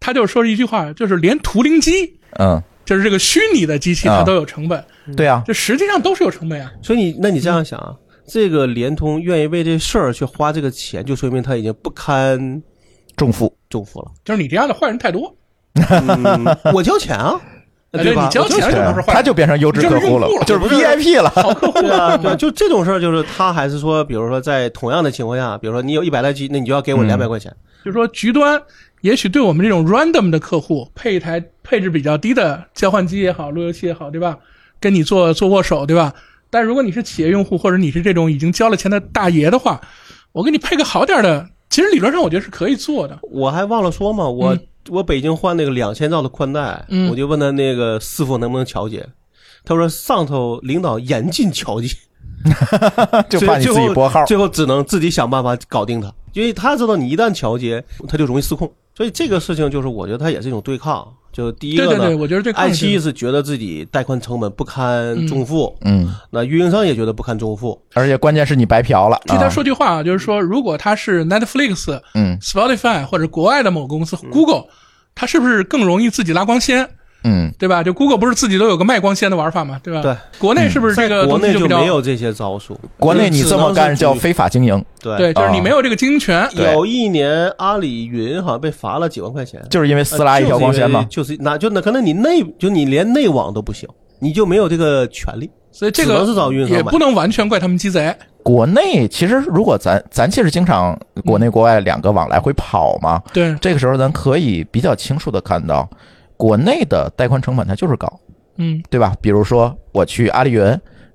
[SPEAKER 3] 他就说了一句话，就是连图灵机，
[SPEAKER 1] 嗯，
[SPEAKER 3] 就是这个虚拟的机器，
[SPEAKER 1] 啊
[SPEAKER 3] 它都有成本，
[SPEAKER 1] 对啊，
[SPEAKER 3] 这实际上都是有成本啊。
[SPEAKER 2] 所以你那你这样想啊，这个联通愿意为这事儿去花这个钱，就说明他已经不堪
[SPEAKER 1] 重负
[SPEAKER 2] 重负 了。
[SPEAKER 3] 就是你这样的坏人太多，
[SPEAKER 2] 嗯，我交钱啊，
[SPEAKER 3] 哎
[SPEAKER 2] 对吧？
[SPEAKER 3] 你交
[SPEAKER 2] 我
[SPEAKER 3] 钱
[SPEAKER 1] 对
[SPEAKER 3] 就
[SPEAKER 1] 啊
[SPEAKER 3] 不是坏人，
[SPEAKER 1] 他就变成优质客户
[SPEAKER 3] 你
[SPEAKER 1] 就
[SPEAKER 3] 就是是
[SPEAKER 2] 用户了
[SPEAKER 1] VIP 了，
[SPEAKER 3] 好客户
[SPEAKER 2] 对啊，对啊，
[SPEAKER 3] 啊。
[SPEAKER 2] 就这种事儿，就是他还是说，比如说在同样的情况下，比如说你有一百台机，那你就要给我
[SPEAKER 1] 嗯
[SPEAKER 2] 两百块钱。
[SPEAKER 3] 就是说，局端也许对我们这种 random 的客户，配一台配置比较低的交换机也好，路由器也好，对吧？跟你做做握手，对吧？但如果你是企业用户，或者你是这种已经交了钱的大爷的话，我给你配个好点儿的，其实理论上我觉得是可以做的。
[SPEAKER 2] 我还忘了说嘛，我、我北京换那个两千兆的宽带，
[SPEAKER 3] 嗯
[SPEAKER 2] 我就问他那个师傅能不能调节，他说上头领导严禁调节，
[SPEAKER 1] 就
[SPEAKER 2] 所以
[SPEAKER 1] 怕你自
[SPEAKER 2] 最
[SPEAKER 1] 己
[SPEAKER 2] 后
[SPEAKER 1] 拨号。
[SPEAKER 2] 最后只能自己想办法搞定他，因为他知道你一旦调节，他就容易失控。所以这个事情就是，我觉得他也是一种对抗。就第一个
[SPEAKER 3] 对
[SPEAKER 2] 呢，
[SPEAKER 3] 对对，我觉得这
[SPEAKER 2] 爱奇艺
[SPEAKER 3] 艺
[SPEAKER 2] 是觉得自己带宽成本不堪重负，
[SPEAKER 1] 嗯，
[SPEAKER 2] 那运营商也觉得不堪重负，
[SPEAKER 1] 而且关键是你白嫖了。
[SPEAKER 3] 替他
[SPEAKER 1] 啊
[SPEAKER 3] 说句话啊，就是说，如果他是 Netflix、
[SPEAKER 1] 嗯
[SPEAKER 3] Spotify 或者国外的某公司
[SPEAKER 2] 嗯
[SPEAKER 3] Google，他是不是更容易自己拉光纤？
[SPEAKER 1] 嗯，
[SPEAKER 3] 对吧？就 Google 不是自己都有个卖光纤的玩法嘛，对吧？
[SPEAKER 2] 对，
[SPEAKER 3] 国内是不是这
[SPEAKER 2] 嗯
[SPEAKER 3] 个
[SPEAKER 2] 在国
[SPEAKER 3] 东
[SPEAKER 2] 内
[SPEAKER 3] 西比较
[SPEAKER 2] 没有这些招数。
[SPEAKER 1] 国内你这么干叫
[SPEAKER 2] 非
[SPEAKER 1] 非法经营，
[SPEAKER 3] 对，
[SPEAKER 2] 对。
[SPEAKER 3] 就是你
[SPEAKER 1] 啊
[SPEAKER 3] 没有这个经营权。
[SPEAKER 1] 对
[SPEAKER 2] 有一年阿里云好像被罚了几万块钱，呃
[SPEAKER 1] 就是因为撕拉一条光纤嘛。
[SPEAKER 2] 就是因为就是那就那可能你内就你连内网都不行，你就没有这个权利。
[SPEAKER 3] 所以这
[SPEAKER 2] 只
[SPEAKER 3] 个
[SPEAKER 2] 能是找运营商
[SPEAKER 3] 也
[SPEAKER 2] 买
[SPEAKER 3] 不能完全怪他们鸡贼。
[SPEAKER 1] 国内其实如果咱咱其实经常国内国外两个往来回跑嘛，
[SPEAKER 3] 对，
[SPEAKER 1] 这个时候咱可以比较清楚的看到，国内的带宽成本它就是高，
[SPEAKER 3] 嗯
[SPEAKER 1] 对吧？比如说我去阿里云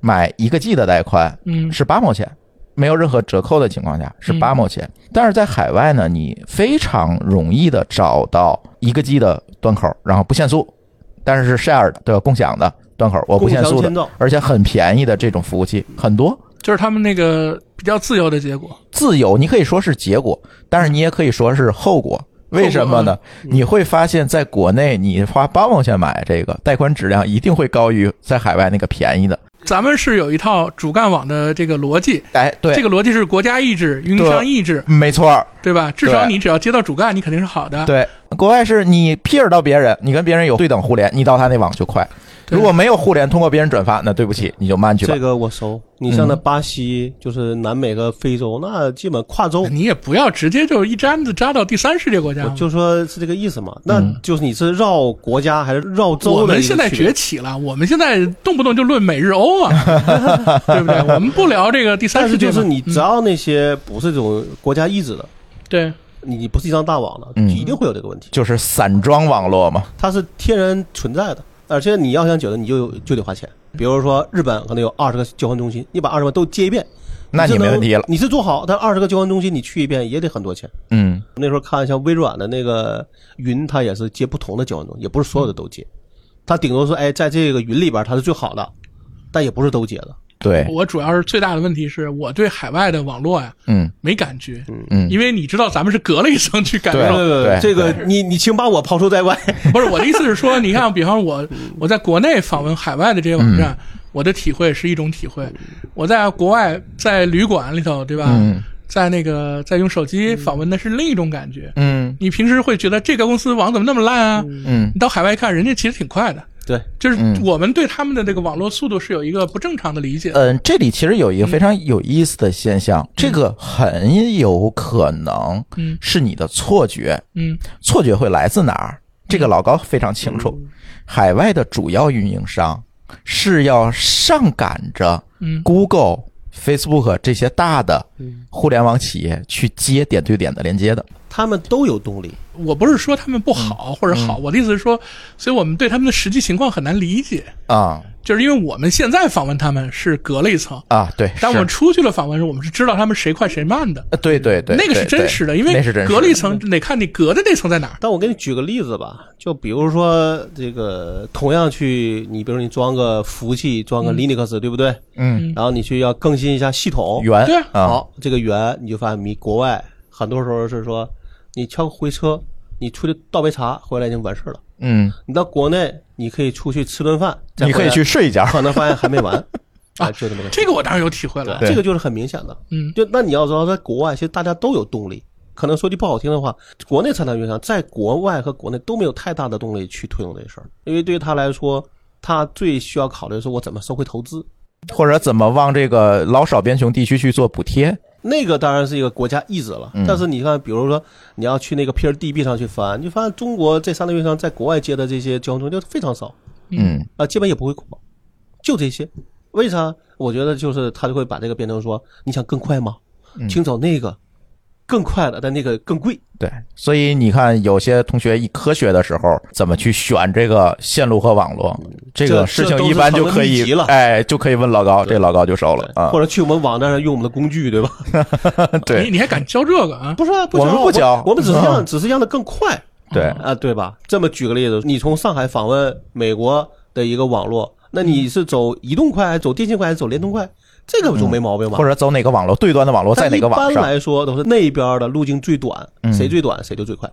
[SPEAKER 1] 买一个 G 的带宽
[SPEAKER 3] 嗯，
[SPEAKER 1] 是八毛钱，没有任何折扣的情况下是
[SPEAKER 3] 嗯
[SPEAKER 1] 八毛钱，但是在海外呢，你非常容易的找到一个 G 的端口，然后不限速，但是是 share 的对吧？共享的端口，我不
[SPEAKER 2] 共
[SPEAKER 1] 限
[SPEAKER 2] 享
[SPEAKER 1] 速的
[SPEAKER 2] 签，到，
[SPEAKER 1] 而且很便宜的这种服务器很多。
[SPEAKER 3] 就是他们那个比较自由的结果。
[SPEAKER 1] 自由，你可以说是结果，但是你也可以说是后果。为什么呢？你会发现在国内，你花八毛钱买这个带宽质量一定会高于在海外那个便宜的。
[SPEAKER 3] 咱们是有一套主干网的这个逻辑，
[SPEAKER 1] 哎，对，
[SPEAKER 3] 这个逻辑是国家意志、运营商意志，
[SPEAKER 1] 没错儿，
[SPEAKER 3] 对吧？至少
[SPEAKER 1] 对
[SPEAKER 3] 你只要接到主干，你肯定是好的。
[SPEAKER 1] 对。国外是你 peer 到别人，你跟别人有对等互联，你到他那网就快。
[SPEAKER 3] 对
[SPEAKER 1] 如果没有互联，通过别人转发，那对不起，你就慢去吧嗯
[SPEAKER 2] 这。个我熟。你像那巴西，就是南美和非洲，那基本跨州，
[SPEAKER 1] 嗯
[SPEAKER 3] 你也不要直接就一竿子扎到第三世界国家
[SPEAKER 2] 我
[SPEAKER 3] 嘛。
[SPEAKER 2] 就说是这个意思
[SPEAKER 1] 嗯
[SPEAKER 2] 嘛。那就是你是绕国家还是绕州的
[SPEAKER 3] 我
[SPEAKER 2] 一个
[SPEAKER 3] 们
[SPEAKER 2] 区
[SPEAKER 3] 现在
[SPEAKER 2] 别
[SPEAKER 3] 崛起了，我们现在动不动就论美日欧啊， 对不对？我们不聊这个第三
[SPEAKER 2] 但
[SPEAKER 3] 世
[SPEAKER 2] 是
[SPEAKER 3] 界
[SPEAKER 2] 就
[SPEAKER 3] 嘛，
[SPEAKER 2] 是你只
[SPEAKER 3] 嗯
[SPEAKER 2] 要那些不是这种国家意志的，
[SPEAKER 3] 对
[SPEAKER 2] 你你不是一张大网的，
[SPEAKER 1] 嗯
[SPEAKER 2] 一定会有这个问题。
[SPEAKER 1] 就是散装网络嘛，
[SPEAKER 2] 它是天然存在的，而且你要想解决，你就有就得花钱。比如说日本可能有二十个交换中心，你把二十个都接一遍，
[SPEAKER 1] 那你
[SPEAKER 2] 是能
[SPEAKER 1] 没问题了。
[SPEAKER 2] 你是做好，但二十个交换中心你去一遍也得很多钱。
[SPEAKER 1] 嗯，
[SPEAKER 2] 那时候看像微软的那个云，它也是接不同的交换中心，也不是所有的都接，它顶多说哎，在这个云里边它是最好的，但也不是都接的。
[SPEAKER 1] 对，
[SPEAKER 3] 我主要是最大的问题是我对海外的网络呀、
[SPEAKER 1] 嗯
[SPEAKER 3] 没感觉，
[SPEAKER 1] 嗯，
[SPEAKER 3] 因为你知道咱们是隔了一层去感受
[SPEAKER 1] 对。对
[SPEAKER 2] 这个
[SPEAKER 1] 对
[SPEAKER 2] 你你请把我抛出在外。
[SPEAKER 3] 不是我的意思是说，你看，比方我
[SPEAKER 2] 嗯
[SPEAKER 3] 我在国内访问海外的这些网站，我的体会是一种体
[SPEAKER 2] 嗯
[SPEAKER 3] 会；我在国外在旅馆里头，对吧？
[SPEAKER 1] 嗯
[SPEAKER 3] 在那个在用手
[SPEAKER 2] 嗯
[SPEAKER 3] 机访问的是另一种感觉。
[SPEAKER 1] 嗯
[SPEAKER 3] 你平时会觉得这个公司网怎么那么烂啊？
[SPEAKER 1] 嗯
[SPEAKER 3] 你到海外一看，人家其实挺快的，
[SPEAKER 2] 对，
[SPEAKER 3] 就是
[SPEAKER 1] 嗯
[SPEAKER 3] 我们对他们的这个网络速度是有一个不正常的理解。
[SPEAKER 1] 嗯，这里其实有一个非常有意思的现象，这个很有可能
[SPEAKER 3] 嗯
[SPEAKER 1] 是你的错觉，
[SPEAKER 3] 嗯
[SPEAKER 1] 错觉会来自哪儿？这个老高非常清楚，
[SPEAKER 3] 嗯
[SPEAKER 1] 海外的主要运营商是要上赶着
[SPEAKER 3] 嗯
[SPEAKER 1] Google、Facebook 这些大的互联网企业去接点对点的连接的。
[SPEAKER 2] 他们都有动力。
[SPEAKER 3] 我不是说他们不
[SPEAKER 1] 嗯
[SPEAKER 3] 好或者好，我的意思是说，所以我们对他们的实际情况很难理解，
[SPEAKER 1] 啊、
[SPEAKER 3] 就是因为我们现在访问他们是隔了一层，
[SPEAKER 1] 啊，对，
[SPEAKER 3] 当我
[SPEAKER 1] 是
[SPEAKER 3] 们出去了访问时，我们是知道他们谁快谁慢的，
[SPEAKER 1] 呃对对对，
[SPEAKER 3] 那个是
[SPEAKER 1] 对
[SPEAKER 3] 真
[SPEAKER 1] 对
[SPEAKER 3] 实的，因为
[SPEAKER 1] 那是真实
[SPEAKER 3] 隔了一
[SPEAKER 1] 的嗯
[SPEAKER 3] 层得看你隔的那层在哪儿。
[SPEAKER 2] 但我给你举个例子吧，就比如说这个，同样去你，比如你装个服务器，装个 Linux，、对不对？
[SPEAKER 1] 嗯
[SPEAKER 2] 然后你去要更新一下系统，
[SPEAKER 1] 源
[SPEAKER 3] 对
[SPEAKER 1] 啊，
[SPEAKER 2] 好，这个源你就发现，你国外很多时候是说，你敲个回车，你出去倒杯茶，回来已经完事儿了。
[SPEAKER 1] 嗯，
[SPEAKER 2] 你到国内，你可以出去吃顿饭，再
[SPEAKER 1] 你可以去
[SPEAKER 2] 回
[SPEAKER 1] 睡一觉
[SPEAKER 2] 来，。可能发现 还没完，啊，就这么个。
[SPEAKER 3] 这个我当然有体会
[SPEAKER 2] 对
[SPEAKER 3] 了，，
[SPEAKER 2] 这个就是很明显的。
[SPEAKER 3] 嗯
[SPEAKER 2] 就那你要知道，在国外其实大家都有动力。可能说句不好听的话，国内产品运营商在国外和国内都没有太大的动力去推动这事儿，因为对于他来说，他最需要考虑的是我怎么收回投资。
[SPEAKER 1] 或者怎么往这个老少边穷地区去做补贴？
[SPEAKER 2] 那个当然是一个国家意志了，但是你看，比如说你要去那个 PRDB 上去翻，你就发现中国这三大运营商在国外接的这些交通就非常少，
[SPEAKER 1] 嗯
[SPEAKER 2] 啊，基本也不会垮，就这些。为啥？我觉得就是他就会把这个变成说，你想更快吗？
[SPEAKER 1] 嗯
[SPEAKER 2] 请找那个更快的，但那个更贵。
[SPEAKER 1] 对，所以你看，有些同学一科学的时候，怎么去选这个线路和网络，这个事情一般就可
[SPEAKER 2] 嗯这都是讨论秘
[SPEAKER 1] 以
[SPEAKER 2] 籍了，
[SPEAKER 1] 哎，就可以问老高，
[SPEAKER 2] 对
[SPEAKER 1] 这老高就熟了啊
[SPEAKER 2] 或。者去我们网站上用我们的工具，对吧？
[SPEAKER 3] 你
[SPEAKER 1] 对
[SPEAKER 3] 你还敢教这个啊？
[SPEAKER 2] 不是啊，
[SPEAKER 1] 我们
[SPEAKER 2] 教
[SPEAKER 1] 不教
[SPEAKER 2] 我们只是让
[SPEAKER 1] 嗯
[SPEAKER 2] 只是让它更快
[SPEAKER 1] 对，
[SPEAKER 2] 啊，对吧？这么举个例子，你从上海访问美国的一个网络，那
[SPEAKER 1] 嗯
[SPEAKER 2] 你是走移动快，还是走电信快，还是走联通快？这个就没毛病
[SPEAKER 1] 嗯
[SPEAKER 2] 吧？
[SPEAKER 1] 或者走哪个网络，对端的网络哦在
[SPEAKER 2] 但
[SPEAKER 1] 哪个网
[SPEAKER 2] 一般
[SPEAKER 1] 上？嗯
[SPEAKER 2] 来说都是那边的路径最短，谁最短谁就最快。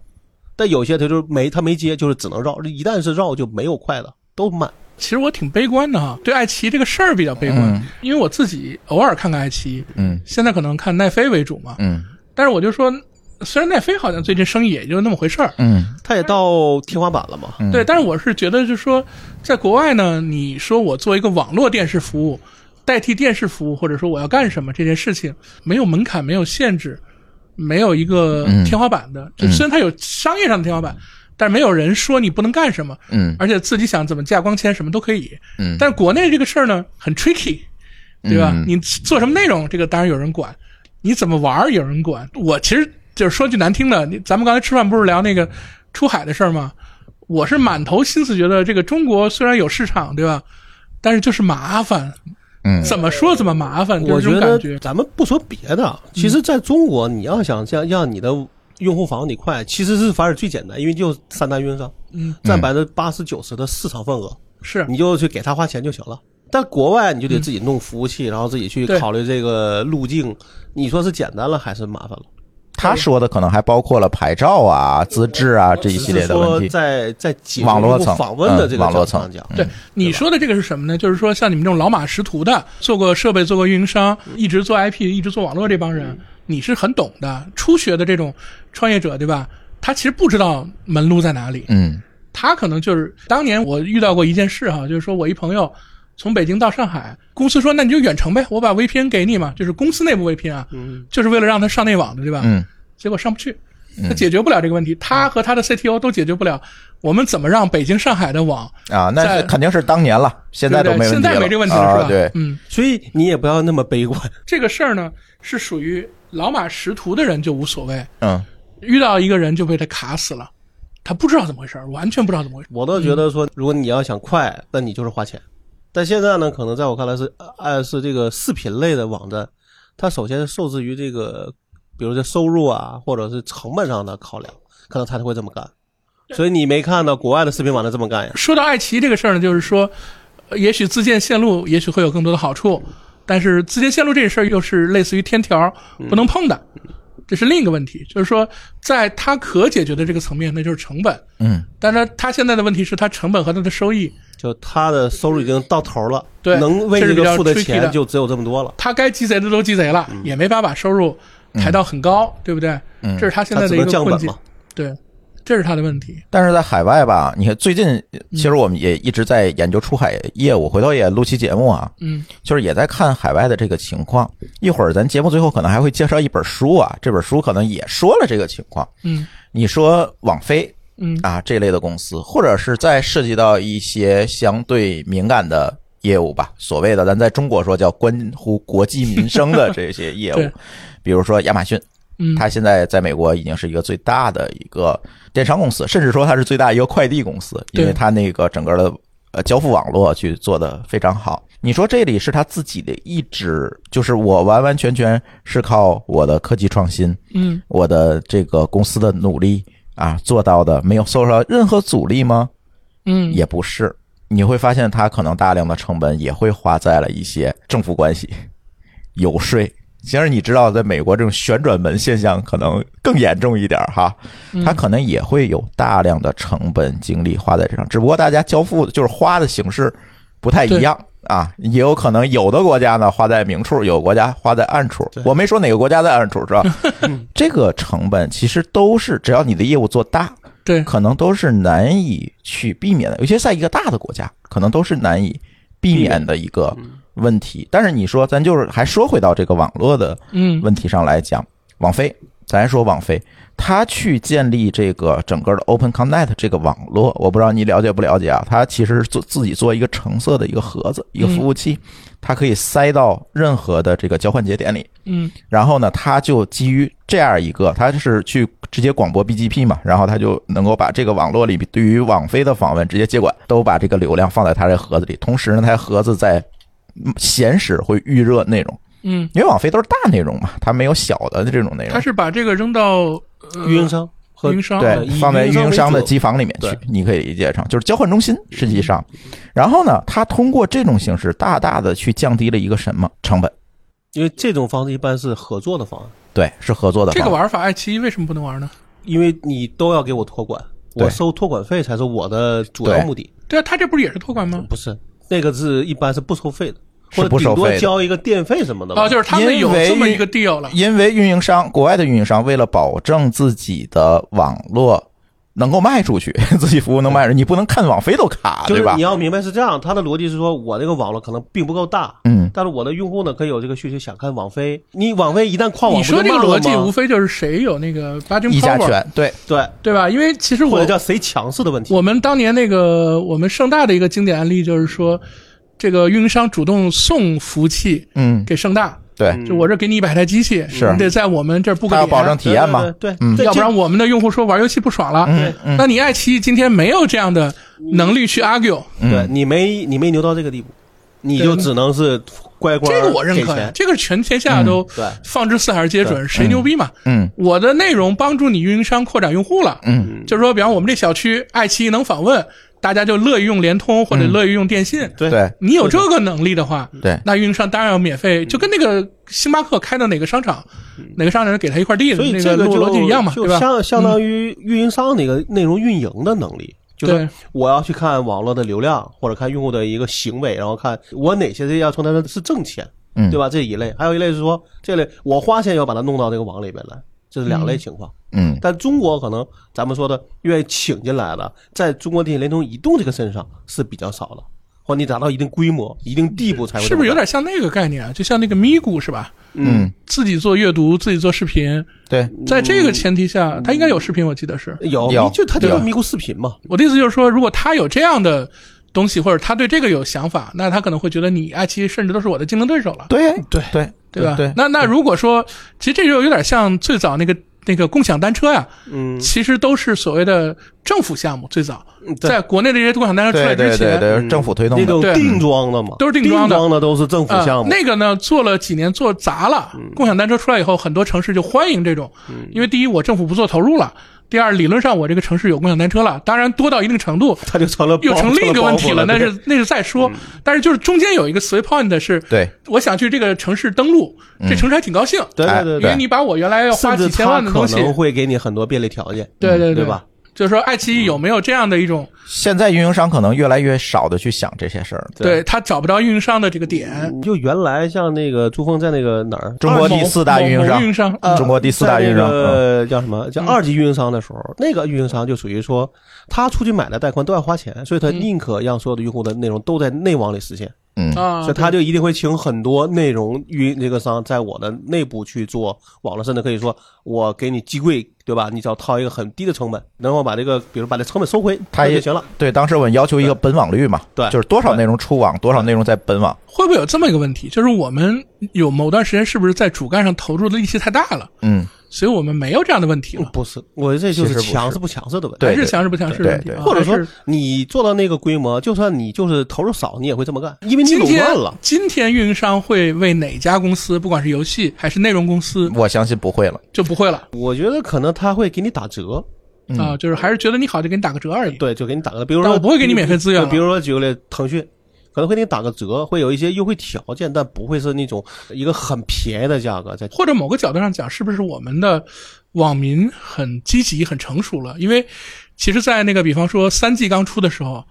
[SPEAKER 2] 但有些他就是没他没接，就是只能绕，一旦是绕就没有快的，都慢。
[SPEAKER 3] 其实我挺悲观的哈，对爱奇艺这个事儿比较悲观
[SPEAKER 1] 嗯，
[SPEAKER 3] 因为我自己偶尔看看爱奇艺，
[SPEAKER 1] 嗯
[SPEAKER 3] 现在可能看奈飞为主嘛，
[SPEAKER 1] 嗯
[SPEAKER 3] 但是我就说，虽然奈飞好像最近生意也就那么回事儿，
[SPEAKER 1] 嗯
[SPEAKER 2] 他也到天花板了嘛？
[SPEAKER 1] 嗯
[SPEAKER 3] 对，但是我是觉得，就是说，在国外呢，你说我做一个网络电视服务，代替电视服务，或者说我要干什么这件事情，没有门槛，没有限制，没有一个
[SPEAKER 1] 嗯
[SPEAKER 3] 天花板的。就
[SPEAKER 1] 嗯
[SPEAKER 3] 虽然它有商业上的天花板，但是没有人说你不能干什么，
[SPEAKER 1] 嗯
[SPEAKER 3] 而且自己想怎么架光纤什么都可以。
[SPEAKER 1] 嗯
[SPEAKER 3] 但是国内这个事儿呢，很 tricky，对吧？
[SPEAKER 1] 嗯
[SPEAKER 3] 你做什么内容，这个当然有人管；你怎么玩儿，有人管。我其实就是说句难听的，你咱们刚才吃饭不是聊那个出海的事儿吗？我是满头心思觉得，这个中国虽然有市场，对吧？但是就是麻烦，
[SPEAKER 1] 嗯
[SPEAKER 3] 怎么说怎么麻烦，就
[SPEAKER 2] 我
[SPEAKER 3] 是这
[SPEAKER 2] 觉
[SPEAKER 3] 种
[SPEAKER 2] 得
[SPEAKER 3] 感觉。嗯
[SPEAKER 2] 咱们不说别的，啊其实在中国，你要想让让你的用户访问你快，其实是反而最简单，因为就三大运营商
[SPEAKER 3] 嗯，
[SPEAKER 2] 占
[SPEAKER 1] 嗯
[SPEAKER 2] 百分之八十九十的市场份额，
[SPEAKER 3] 是
[SPEAKER 2] 你就去给他花钱就行了。但国外你就得自己弄服务器，然后自己去
[SPEAKER 3] 嗯对
[SPEAKER 2] 考虑这个路径，你说是简单了还是麻烦了？
[SPEAKER 1] 他说的可能还包括了牌照啊、资质啊这一系列的问
[SPEAKER 2] 只是说
[SPEAKER 1] 题。
[SPEAKER 2] 在在解决
[SPEAKER 1] 网络
[SPEAKER 2] 用户
[SPEAKER 1] 层
[SPEAKER 2] 访问的这
[SPEAKER 1] 嗯
[SPEAKER 2] 个
[SPEAKER 1] 网络
[SPEAKER 2] 角度上
[SPEAKER 1] 层
[SPEAKER 2] 讲，
[SPEAKER 3] 对你说的这个是什么呢？就是说，像你们这种老马识途的，做过设备、做过运营商，一直做 IP、一直做网络这帮
[SPEAKER 1] 嗯
[SPEAKER 3] 人，你是很懂的。初学的这种创业者，对吧？他其实不知道门路在哪里，
[SPEAKER 1] 嗯
[SPEAKER 3] 他可能就是当年我遇到过一件事哈，就是说我一朋友从北京到上海，公司说那你就远程呗，我把 VPN 给你嘛，就是公司内部 VPN 啊，
[SPEAKER 2] 嗯，
[SPEAKER 3] 就是为了让他上内网的，对吧？
[SPEAKER 1] 嗯
[SPEAKER 3] 结果上不去，他解决不了这个问题，他和他的 CTO 都解决不了，我们怎么让北京、上海的网
[SPEAKER 1] 啊，那
[SPEAKER 3] 在
[SPEAKER 1] 是肯定是当年了，现在都
[SPEAKER 3] 对不
[SPEAKER 1] 没
[SPEAKER 3] 对
[SPEAKER 1] 问题
[SPEAKER 3] 现在没这个问题了，
[SPEAKER 1] 啊
[SPEAKER 3] 是吧？
[SPEAKER 1] 对，
[SPEAKER 3] 嗯，
[SPEAKER 2] 所以你也不要那么悲 观。
[SPEAKER 3] 这个事儿呢是属于老马识途的人就无所谓，
[SPEAKER 1] 嗯
[SPEAKER 3] 遇到一个人就被他卡死了，他不知道怎么回事儿，完全不知道怎么回事儿。
[SPEAKER 2] 我倒觉得说，如果你要想快，那你就是花钱。但现在呢，可能在我看来是呃是这个视频类的网站，它首先受制于这个，比如说收入啊，或者是成本上的考量，可能它才会这么干。所以你没看到国外的视频网站这么干呀？
[SPEAKER 3] 说到爱奇艺这个事儿呢，就是说，呃也许自建线路也许会有更多的好处，但是自建线路这事儿又是类似于天条
[SPEAKER 1] 嗯
[SPEAKER 3] 不能碰的，这是另一个问题。就是说，在它可解决的这个层面，那就是成本。
[SPEAKER 1] 嗯
[SPEAKER 3] 但是它现在的问题是，它成本和它的收益，
[SPEAKER 2] 就它的收入已经到头了，
[SPEAKER 3] 对
[SPEAKER 2] 能为这个付
[SPEAKER 3] 这是比较 tricky 的
[SPEAKER 2] 钱就只有这么多了。
[SPEAKER 3] 它该积贼的都积贼了，也没法把收入抬到很高，对不对？
[SPEAKER 1] 嗯
[SPEAKER 3] 这是它现
[SPEAKER 2] 它
[SPEAKER 3] 在
[SPEAKER 2] 只
[SPEAKER 3] 的一
[SPEAKER 2] 能
[SPEAKER 3] 个
[SPEAKER 2] 降
[SPEAKER 3] 困
[SPEAKER 2] 本
[SPEAKER 3] 境
[SPEAKER 2] 嘛。。
[SPEAKER 3] 对，这是它的问题。
[SPEAKER 1] 但是在海外吧，你看最近其实我们也一直在研究出海业务，回头也录期节目啊，
[SPEAKER 3] 嗯，
[SPEAKER 1] 就是也在看海外的这个情况。一会儿咱节目最后可能还会介绍一本书啊，这本书可能也说了这个情况。
[SPEAKER 3] 嗯
[SPEAKER 1] 你说网飞
[SPEAKER 3] 嗯
[SPEAKER 1] 啊这类的公司，或者是再涉及到一些相对敏感的业务吧，所谓的咱在中国说叫关乎国计民生的这些业务
[SPEAKER 3] 对，
[SPEAKER 1] 比如说亚马逊，
[SPEAKER 3] 嗯，
[SPEAKER 1] 它现在在美国已经是一个最大的一个电商公司，甚至说它是最大一个快递公司，
[SPEAKER 3] 对
[SPEAKER 1] 因为它那个整个的呃交付网络去做的非常好。你说这里是它自己的意志，就是我完完全全是靠我的科技创新，
[SPEAKER 3] 嗯
[SPEAKER 1] 我的这个公司的努力啊做到的，没有受到任何阻力吗？
[SPEAKER 3] 嗯
[SPEAKER 1] 也不是，你会发现它可能大量的成本也会花在了一些政府关系、游说。其实你知道，在美国这种旋转门现象可能更严重一点儿哈，它可能也会有大量的成本精力花在这上，只不过大家交付就是花的形式不太一样啊，也有可能有的国家呢花在明处，有的国家花在暗处
[SPEAKER 2] 对。
[SPEAKER 1] 我没说哪个国家在暗处，是吧？
[SPEAKER 3] 嗯
[SPEAKER 1] 这个成本其实都是，只要你的业务做大，
[SPEAKER 3] 对
[SPEAKER 1] 可能都是难以去避免的，尤其在一个大的国家，可能都是难以避免的一个问题。但是你说，咱就是还说回到这个网络的
[SPEAKER 3] 嗯
[SPEAKER 1] 问题上来讲，网飞，咱说网飞，它去建立这个整个的 Open Connect 这个网络，我不知道你了解不了解啊？它其实是做自己做一个橙色的一个盒子，一个服务器，它可以塞到任何的这个交换节点里，
[SPEAKER 3] 嗯
[SPEAKER 1] 然后呢，他就基于这样一个，他是去直接广播 BGP 嘛，然后他就能够把这个网络里对于网飞的访问直接接管，都把这个流量放在他这盒子里。同时呢，他盒子在嗯闲时会预热内容，
[SPEAKER 3] 嗯，
[SPEAKER 1] 因为网飞都是大内容嘛，它没有小的这种内
[SPEAKER 3] 他
[SPEAKER 1] 容。
[SPEAKER 3] 是把这个扔到 呃
[SPEAKER 2] 运营商和
[SPEAKER 3] 运营商
[SPEAKER 1] 对
[SPEAKER 2] 以，
[SPEAKER 1] 放在
[SPEAKER 2] 运
[SPEAKER 1] 运
[SPEAKER 2] 营商
[SPEAKER 1] 营商
[SPEAKER 2] 为
[SPEAKER 1] 的
[SPEAKER 2] 主
[SPEAKER 1] 机房里面去
[SPEAKER 2] 对，嗯
[SPEAKER 1] 你可以理解成就是交换中心，实际上。然后呢，它通过这种形式，大大的去降低了一个什么成本？
[SPEAKER 2] 因为这种方式一般是合作的方案，
[SPEAKER 1] 对，是合作的
[SPEAKER 3] 这
[SPEAKER 1] 方
[SPEAKER 3] 个
[SPEAKER 1] 案。
[SPEAKER 3] 玩法，爱哎奇艺为什么不能玩呢？
[SPEAKER 2] 因为你都要给我托管，
[SPEAKER 1] 对
[SPEAKER 2] 我收托管费才是我的主要
[SPEAKER 1] 对
[SPEAKER 2] 目的，
[SPEAKER 3] 对啊，他这不是也是托管吗？
[SPEAKER 2] 不是那个是一般是不收费的，
[SPEAKER 1] 是
[SPEAKER 2] 或者
[SPEAKER 1] 不收
[SPEAKER 2] 顶多
[SPEAKER 1] 费的
[SPEAKER 2] 交一个电费什么的吧。
[SPEAKER 3] 哦，就是他们有
[SPEAKER 1] 因为
[SPEAKER 3] 这么一个 deal 了。
[SPEAKER 1] 因为运营商，国外的运营商为了保证自己的网络能够卖出去， 自己服务能卖出去，你不能看网飞都卡，啊
[SPEAKER 2] 就
[SPEAKER 1] 对
[SPEAKER 2] 是
[SPEAKER 1] 吧
[SPEAKER 2] 你？要明白是这样，它的逻辑是说，我这个网络可能并不够大，
[SPEAKER 1] 嗯，
[SPEAKER 2] 但是我的用户呢可以有这个需求想看网飞。你网飞一旦跨网，
[SPEAKER 3] 你说这个
[SPEAKER 2] 不就
[SPEAKER 3] 逻
[SPEAKER 2] 慢
[SPEAKER 3] 辑
[SPEAKER 2] 了
[SPEAKER 3] 无
[SPEAKER 2] 吗
[SPEAKER 3] 非就是谁有那个 b u d g
[SPEAKER 1] 议
[SPEAKER 3] e
[SPEAKER 1] 价
[SPEAKER 3] power，
[SPEAKER 1] 权对，
[SPEAKER 2] 对，
[SPEAKER 3] 对吧？因为其实
[SPEAKER 2] 或
[SPEAKER 3] 我
[SPEAKER 2] 者叫谁强势的问题。
[SPEAKER 3] 我们当年那个我们盛大的一个经典案例就是说，这个运营商主动送服务器
[SPEAKER 1] 嗯，
[SPEAKER 3] 给盛大，
[SPEAKER 1] 对，
[SPEAKER 2] 嗯
[SPEAKER 3] 就我这给你一百台机器，
[SPEAKER 1] 是
[SPEAKER 3] 你得在我们这儿布个
[SPEAKER 1] 他要
[SPEAKER 3] 点，
[SPEAKER 1] 保证体验嘛，
[SPEAKER 2] 对，对
[SPEAKER 1] 嗯
[SPEAKER 2] 对这
[SPEAKER 3] 要不然我们的用户说玩游戏不爽了。
[SPEAKER 1] 嗯嗯
[SPEAKER 3] 那你爱奇艺今天没有这样的能力去 argue，
[SPEAKER 2] 对
[SPEAKER 1] 嗯，
[SPEAKER 2] 你没你没牛到这个地步，你就只能是乖乖
[SPEAKER 3] 这个我认可
[SPEAKER 2] 给
[SPEAKER 3] 呀
[SPEAKER 2] 钱，
[SPEAKER 3] 这个全天下都
[SPEAKER 2] 对
[SPEAKER 3] 放之四海而皆准，谁牛逼嘛？
[SPEAKER 1] 嗯
[SPEAKER 3] 我的内容帮助你运营商扩展用户了，
[SPEAKER 1] 嗯
[SPEAKER 3] 就是说，比方我们这小区爱奇艺能访问，大家就乐于用联通或者
[SPEAKER 1] 嗯
[SPEAKER 3] 乐于用电信。
[SPEAKER 2] 对
[SPEAKER 1] 对
[SPEAKER 3] 你有这个能力的话，
[SPEAKER 1] 对
[SPEAKER 3] 那运营商当然要免费，就跟那个星巴克开的哪个商场，
[SPEAKER 1] 嗯
[SPEAKER 3] 哪个商场给他一块 地，
[SPEAKER 2] 所以
[SPEAKER 3] 那
[SPEAKER 2] 这个
[SPEAKER 3] 个
[SPEAKER 2] 就
[SPEAKER 3] 逻逻辑一样嘛，
[SPEAKER 2] 就
[SPEAKER 3] 对吧？嗯
[SPEAKER 2] 相相当于运营商的一个内容运营的能力。就是
[SPEAKER 3] 对
[SPEAKER 2] 我要去看网络的流量，或者看用户的一个行为，然后看我哪些是要从他那是挣钱，
[SPEAKER 1] 嗯
[SPEAKER 2] 对吧？这一类，还有一类是说这类我花钱要把它弄到这个网里边来，这是两类情况。
[SPEAKER 1] 嗯
[SPEAKER 2] 但中国可能咱们说的愿意请进来的，在中国电信、联通、移动这个身上是比较少的，或者你达到一定规模、一定地步才会这
[SPEAKER 3] 是不
[SPEAKER 2] 么
[SPEAKER 3] 是有
[SPEAKER 2] 干
[SPEAKER 3] 点像那个概念啊？就像那个咪咕是吧？
[SPEAKER 1] 嗯，
[SPEAKER 3] 自己做阅读，自己做视频，
[SPEAKER 1] 对，
[SPEAKER 3] 在这个前提下，他应该有视频，我记得是。
[SPEAKER 2] 有
[SPEAKER 1] 有
[SPEAKER 2] 就他就
[SPEAKER 1] 有
[SPEAKER 2] 是咪咕视频嘛，
[SPEAKER 3] 我的意思就是说，如果他有这样的东西，或者他对这个有想法，那他可能会觉得你爱奇艺甚至都是我的竞争对手了，
[SPEAKER 1] 对对对
[SPEAKER 3] 对吧？
[SPEAKER 1] 对，
[SPEAKER 3] 那那如果说，其实这就有点像最早那个那个共享单车呀、
[SPEAKER 2] 嗯，
[SPEAKER 3] 其实都是所谓的政府项目，最早
[SPEAKER 2] 对
[SPEAKER 3] 在国内这些共享单车出来
[SPEAKER 1] 对
[SPEAKER 3] 之
[SPEAKER 1] 对对
[SPEAKER 3] 前。
[SPEAKER 1] 对，政府推动
[SPEAKER 2] 嗯那
[SPEAKER 1] 的，
[SPEAKER 2] 种
[SPEAKER 3] 对
[SPEAKER 2] 定装的嘛，
[SPEAKER 3] 都是定
[SPEAKER 2] 定
[SPEAKER 3] 装的
[SPEAKER 2] 都是政府
[SPEAKER 3] 啊、
[SPEAKER 2] 项目。嗯
[SPEAKER 3] 那个呢，做了几年做砸了。共享单车出来以后，很多城市就欢迎这种，因为第一，我政府不做投入了；第二，理论上我这个城市有共享单车了，当然多到一定程度，
[SPEAKER 2] 他就成了
[SPEAKER 3] 又成另一个问题
[SPEAKER 2] 了，
[SPEAKER 3] 那
[SPEAKER 2] 对嗯
[SPEAKER 3] 是那是再说。但是就是中间有一个 three point 是，
[SPEAKER 1] 对
[SPEAKER 3] 我想去这个城市登录，这城市还挺高兴，
[SPEAKER 2] 对
[SPEAKER 1] 哎
[SPEAKER 2] 对
[SPEAKER 3] 因
[SPEAKER 2] 对
[SPEAKER 3] 为你把我原来要花
[SPEAKER 2] 甚
[SPEAKER 3] 几
[SPEAKER 2] 至
[SPEAKER 3] 千
[SPEAKER 2] 他
[SPEAKER 3] 万的东
[SPEAKER 2] 可
[SPEAKER 3] 西，
[SPEAKER 2] 能会给你很多便利条件，
[SPEAKER 3] 对对
[SPEAKER 2] 对吧？？嗯
[SPEAKER 3] 就是说，爱奇艺有没有这样的一种，
[SPEAKER 1] 现在运营商可能越来越少的去想这些事儿了。
[SPEAKER 3] 对他找不到运营商的这个点？
[SPEAKER 2] 就原来像那个朱峰在那个哪儿，
[SPEAKER 1] 中国第四大运营
[SPEAKER 3] 啊某某
[SPEAKER 1] 商
[SPEAKER 3] 运，营商
[SPEAKER 2] 呃
[SPEAKER 1] 中国第四大运营商嗯
[SPEAKER 2] 在那个叫什么
[SPEAKER 3] 嗯
[SPEAKER 2] 叫二级运营商的时候，那个运营商就属于说，他出去买的带宽都要花钱，所以
[SPEAKER 3] 嗯
[SPEAKER 2] 他宁可让所有的用户的内容都在内网里实现，
[SPEAKER 1] 嗯
[SPEAKER 3] 啊，
[SPEAKER 2] 所以他就一定会请很多内容运营这个商在我的内部去做网络，甚至可以说我给你机柜，对吧？你只要掏一个很低的成本，然后把这个比如把这成本收回，
[SPEAKER 1] 他
[SPEAKER 2] 那
[SPEAKER 1] 也
[SPEAKER 2] 就行了。
[SPEAKER 1] 对，当时我们要求一个本网率嘛，
[SPEAKER 2] 对
[SPEAKER 1] 就是多少内容出网，多少内容在本网，
[SPEAKER 3] 会不会有这么一个问题？就是我们有某段时间是不是在主干上投入的力气太大了，
[SPEAKER 1] 嗯，
[SPEAKER 3] 所以我们没有这样的问题了？
[SPEAKER 2] 不是，我这就
[SPEAKER 1] 其实
[SPEAKER 2] 是
[SPEAKER 1] 不是
[SPEAKER 2] 强势不强势的问题。
[SPEAKER 1] 对
[SPEAKER 3] 还是强势不强势的问题
[SPEAKER 1] 对
[SPEAKER 3] 啊？
[SPEAKER 2] 或者说
[SPEAKER 3] 还是
[SPEAKER 2] 你做到那个规模，就算你就是投入少，你也会这么干，因为你
[SPEAKER 3] 今
[SPEAKER 2] 垄
[SPEAKER 3] 天
[SPEAKER 2] 断了。
[SPEAKER 3] 今天运营商会为哪家公司，不管是游戏还是内容公司，
[SPEAKER 1] 我相信不会了。
[SPEAKER 3] 就不会了
[SPEAKER 2] 我觉得可能他会给你打折，
[SPEAKER 1] 嗯
[SPEAKER 3] 啊？就是还是觉得你好就给你打个折而已。
[SPEAKER 2] 对，就给你打个，比如
[SPEAKER 3] 但
[SPEAKER 2] 说
[SPEAKER 3] 我不会给你免费资源啊
[SPEAKER 2] 对比如说举个例，腾讯可能会给你打个折，会有一些优惠条件，但不会是那种一个很便宜的价格在。
[SPEAKER 3] 或者某个角度上讲，是不是我们的网民很积极、很成熟了？因为其实，在那个比方说三 G 刚出的时候，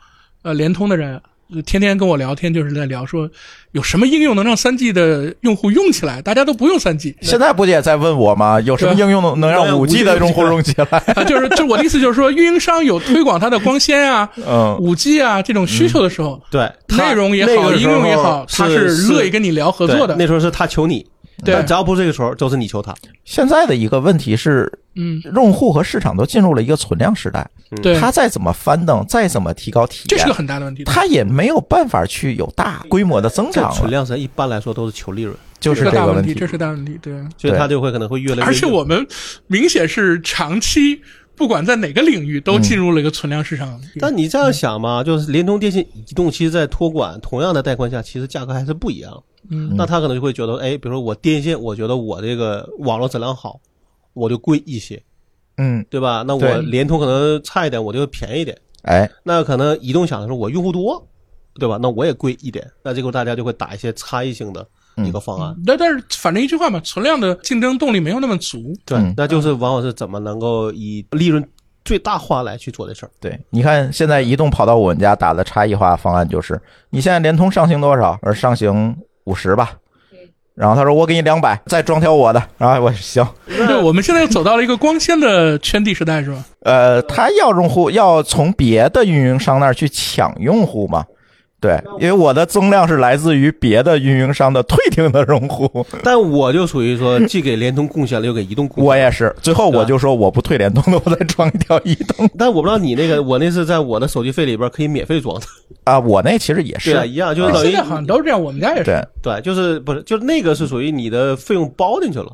[SPEAKER 3] 呃，联通的人呃天天跟我聊天，就是在聊说有什么应用能让三 G 的用户用起来，大家都不用三 G
[SPEAKER 1] 现在不也在问我吗？有什么
[SPEAKER 3] 对
[SPEAKER 1] 应用能能让
[SPEAKER 2] 能让
[SPEAKER 1] 五 G 的
[SPEAKER 2] 5G
[SPEAKER 1] 用户用起 来？
[SPEAKER 3] 啊，就是就我的意思就是说，运营商有推广它的光纤啊、
[SPEAKER 1] 嗯，
[SPEAKER 3] 五 G 啊这种需求的时候。
[SPEAKER 2] 对，他
[SPEAKER 3] 内容也
[SPEAKER 2] 那
[SPEAKER 3] 好，
[SPEAKER 2] 个
[SPEAKER 3] 应
[SPEAKER 2] 时候
[SPEAKER 3] 用也好，他
[SPEAKER 2] 是
[SPEAKER 3] 乐意跟你聊合作
[SPEAKER 2] 对。
[SPEAKER 3] 的
[SPEAKER 2] 那时候是他求你，
[SPEAKER 3] 对
[SPEAKER 2] 但只要不是这个时候，都是你求他。
[SPEAKER 1] 现在的一个问题是，
[SPEAKER 3] 嗯，
[SPEAKER 1] 用户和市场都进入了一个存量时代，
[SPEAKER 3] 对，
[SPEAKER 1] 他再怎么翻腾，再怎么提高体
[SPEAKER 3] 这是个
[SPEAKER 1] 验，
[SPEAKER 3] 很大的问题。
[SPEAKER 1] 他也没有办法去有大规模的增
[SPEAKER 2] 这
[SPEAKER 1] 长
[SPEAKER 2] 存
[SPEAKER 1] 了，
[SPEAKER 2] 量是一般来说都是求利润，
[SPEAKER 1] 就
[SPEAKER 3] 这
[SPEAKER 1] 是
[SPEAKER 3] 是
[SPEAKER 1] 这
[SPEAKER 3] 大
[SPEAKER 1] 个
[SPEAKER 3] 问
[SPEAKER 1] 问
[SPEAKER 3] 题，
[SPEAKER 1] 题
[SPEAKER 3] 这。是大问题。对，
[SPEAKER 2] 所以
[SPEAKER 1] 对
[SPEAKER 2] 他
[SPEAKER 1] 嗯
[SPEAKER 2] 就会可能会越来越。
[SPEAKER 3] 而且我们明显是长期，不管在哪个领域都进入了一个存量市场。
[SPEAKER 2] 但你这样想嘛，就是联通、电信、移动，其实在托管同样的带宽下，其实价格还是不一样。
[SPEAKER 3] 嗯，
[SPEAKER 2] 那他可能就会觉得，哎，比如说我电信，我觉得我这个网络质量好，我就贵一些，
[SPEAKER 1] 嗯，
[SPEAKER 2] 对吧？那我
[SPEAKER 1] 对
[SPEAKER 2] 联通可能差一点，我就便宜点。
[SPEAKER 1] 哎，
[SPEAKER 2] 那可能移动想的是我用户多，对吧？那我也贵一点。那这个大家就会打一些差异性的一个方案。
[SPEAKER 1] 嗯
[SPEAKER 3] 那但是反正一句话嘛，存量的竞争动力没有那么足。
[SPEAKER 2] 对
[SPEAKER 1] 嗯，
[SPEAKER 2] 那就是往往是怎么能够以利润最大化来去做这事 儿。
[SPEAKER 1] 对，你看现在移动跑到我们家打的差异化方案就是，你现在联通上行多少？而上行五十吧。然后他说我给你两百，再装条我的。然后我说行，
[SPEAKER 3] 对，我们现在又走到了一个光纤的圈地时代，是吧？
[SPEAKER 1] 呃，他要用户要从别的运营商那儿去抢用户嘛。对，因为我的增量是来自于别的运营商的退订的用户，
[SPEAKER 2] 但我就属于说，既给联通贡献了，又给移动贡献了。
[SPEAKER 1] 我也是。最后我就说我不退联通的，我再装一条移动
[SPEAKER 2] 但我不知道你那个，我那是在我的手机费里边可以免费装的，
[SPEAKER 1] 啊。我那其实也
[SPEAKER 2] 对啊，
[SPEAKER 1] 是，
[SPEAKER 2] 一样，就是等于
[SPEAKER 3] 现在好像都是这样，我们家也是。
[SPEAKER 1] 对
[SPEAKER 2] 对，就是不是就是那个是属于你的费用包
[SPEAKER 1] 嗯
[SPEAKER 2] 进去了，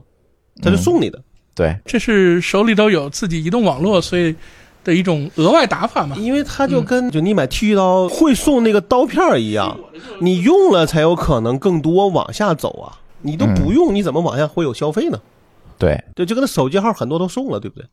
[SPEAKER 2] 他就送你的。
[SPEAKER 1] 对
[SPEAKER 3] 这是手里都有自己移动网络，所以的一种额外打法嘛。
[SPEAKER 2] 因为它就跟就你买剃须刀会送那个刀片儿一样，
[SPEAKER 3] 嗯
[SPEAKER 2] 你用了才有可能更多往下走啊。你都不用，你怎么往下会有消费呢？
[SPEAKER 1] 对，
[SPEAKER 2] 对，就跟那手机号很多都送了，对不对？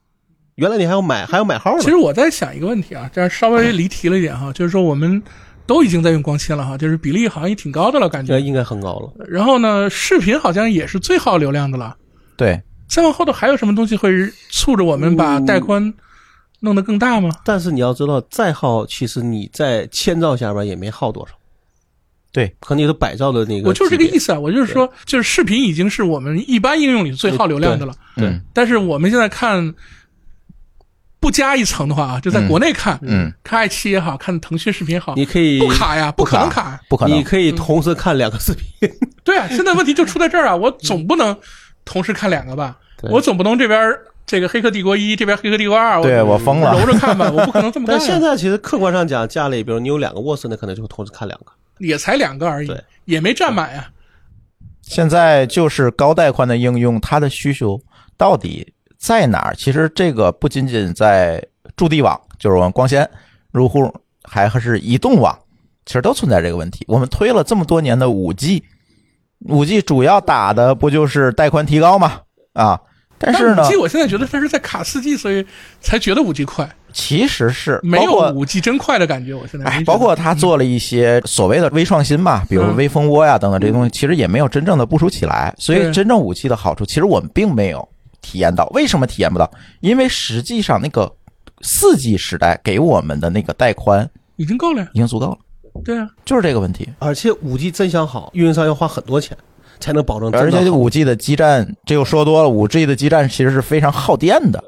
[SPEAKER 2] 原来你还要买，还要买号呢。
[SPEAKER 3] 其实我在想一个问题啊，这样稍微离题了一点哈，就是说我们都已经在用光纤了哈，就是比例好像也挺高的了，感
[SPEAKER 2] 这
[SPEAKER 3] 觉。
[SPEAKER 2] 应该很高了。
[SPEAKER 3] 然后呢，视频好像也是最耗流量的了。
[SPEAKER 1] 对，
[SPEAKER 3] 再往后头还有什么东西会促着我们把
[SPEAKER 2] 嗯
[SPEAKER 3] 带宽弄得更大吗？
[SPEAKER 2] 但是你要知道，再耗，其实你在千兆下边也没耗多少。
[SPEAKER 1] 对，
[SPEAKER 2] 可能也是百兆的那个。
[SPEAKER 3] 我就是这个意。思啊，我就是说，就是视频已经是我们一般应用里最耗流量的了。
[SPEAKER 2] 对
[SPEAKER 1] 嗯
[SPEAKER 3] 但是我们现在看，不加一层的话啊，就在国内看，
[SPEAKER 1] 嗯，
[SPEAKER 3] 看爱奇艺也好看腾讯视频也好，
[SPEAKER 2] 你可以
[SPEAKER 3] 不卡呀，不可能卡。
[SPEAKER 1] 不可
[SPEAKER 2] 你
[SPEAKER 1] 能，
[SPEAKER 2] 可以同时看两个视频。
[SPEAKER 3] 对啊，现在问题就出在这儿啊，我总不能同时看两个吧？
[SPEAKER 2] 嗯对
[SPEAKER 3] 我总不能这边儿这个《黑客帝国一》，这边《黑客帝国二》，我
[SPEAKER 1] 对我疯了
[SPEAKER 3] 揉着看吧，我不可能这么干
[SPEAKER 2] 但
[SPEAKER 3] 啊。
[SPEAKER 2] 现在其实客观上讲，家里比如你有两个卧室，那可能就会同时看两个。
[SPEAKER 3] 也才两个而已
[SPEAKER 2] 对，
[SPEAKER 3] 也没占满啊。
[SPEAKER 1] 现在就是高带宽的应用，它的需求到底在哪儿？其实这个不仅仅在驻地网，就是我们光纤入户，还还是移动网，其实都存在这个问题。我们推了这么多年的五 G，五 G 主要打的不就是带宽提高吗？啊，但是呢
[SPEAKER 3] 五 G，我现在觉得它是在卡四 G，所以才觉得五 G 快，
[SPEAKER 1] 其实是
[SPEAKER 3] 没
[SPEAKER 1] 包
[SPEAKER 3] 有
[SPEAKER 1] 括
[SPEAKER 3] 五 G 真快的感觉。我现在没
[SPEAKER 1] 哎
[SPEAKER 3] 觉，得
[SPEAKER 1] 包括他做了一些所谓的微创新吧，比如
[SPEAKER 3] 嗯
[SPEAKER 1] 微蜂窝呀、等等这些东西，其实也没有真正的部署起来。所以
[SPEAKER 3] 对
[SPEAKER 1] 真正武器的好处，其实我们并没有体验到。为什么体验不到？因为实际上那个四 G 时代给我们的那个带宽
[SPEAKER 3] 已经够了呀。
[SPEAKER 1] 已经足够了，
[SPEAKER 3] 对啊，
[SPEAKER 1] 就是这个问题。
[SPEAKER 2] 而且五 G 真想好，运营商要花很多钱才能保证
[SPEAKER 1] 而
[SPEAKER 2] 真
[SPEAKER 1] 且
[SPEAKER 2] 的好。
[SPEAKER 1] 五 G 的基站，这又说多了。五 G 的基站其实是非常耗电的，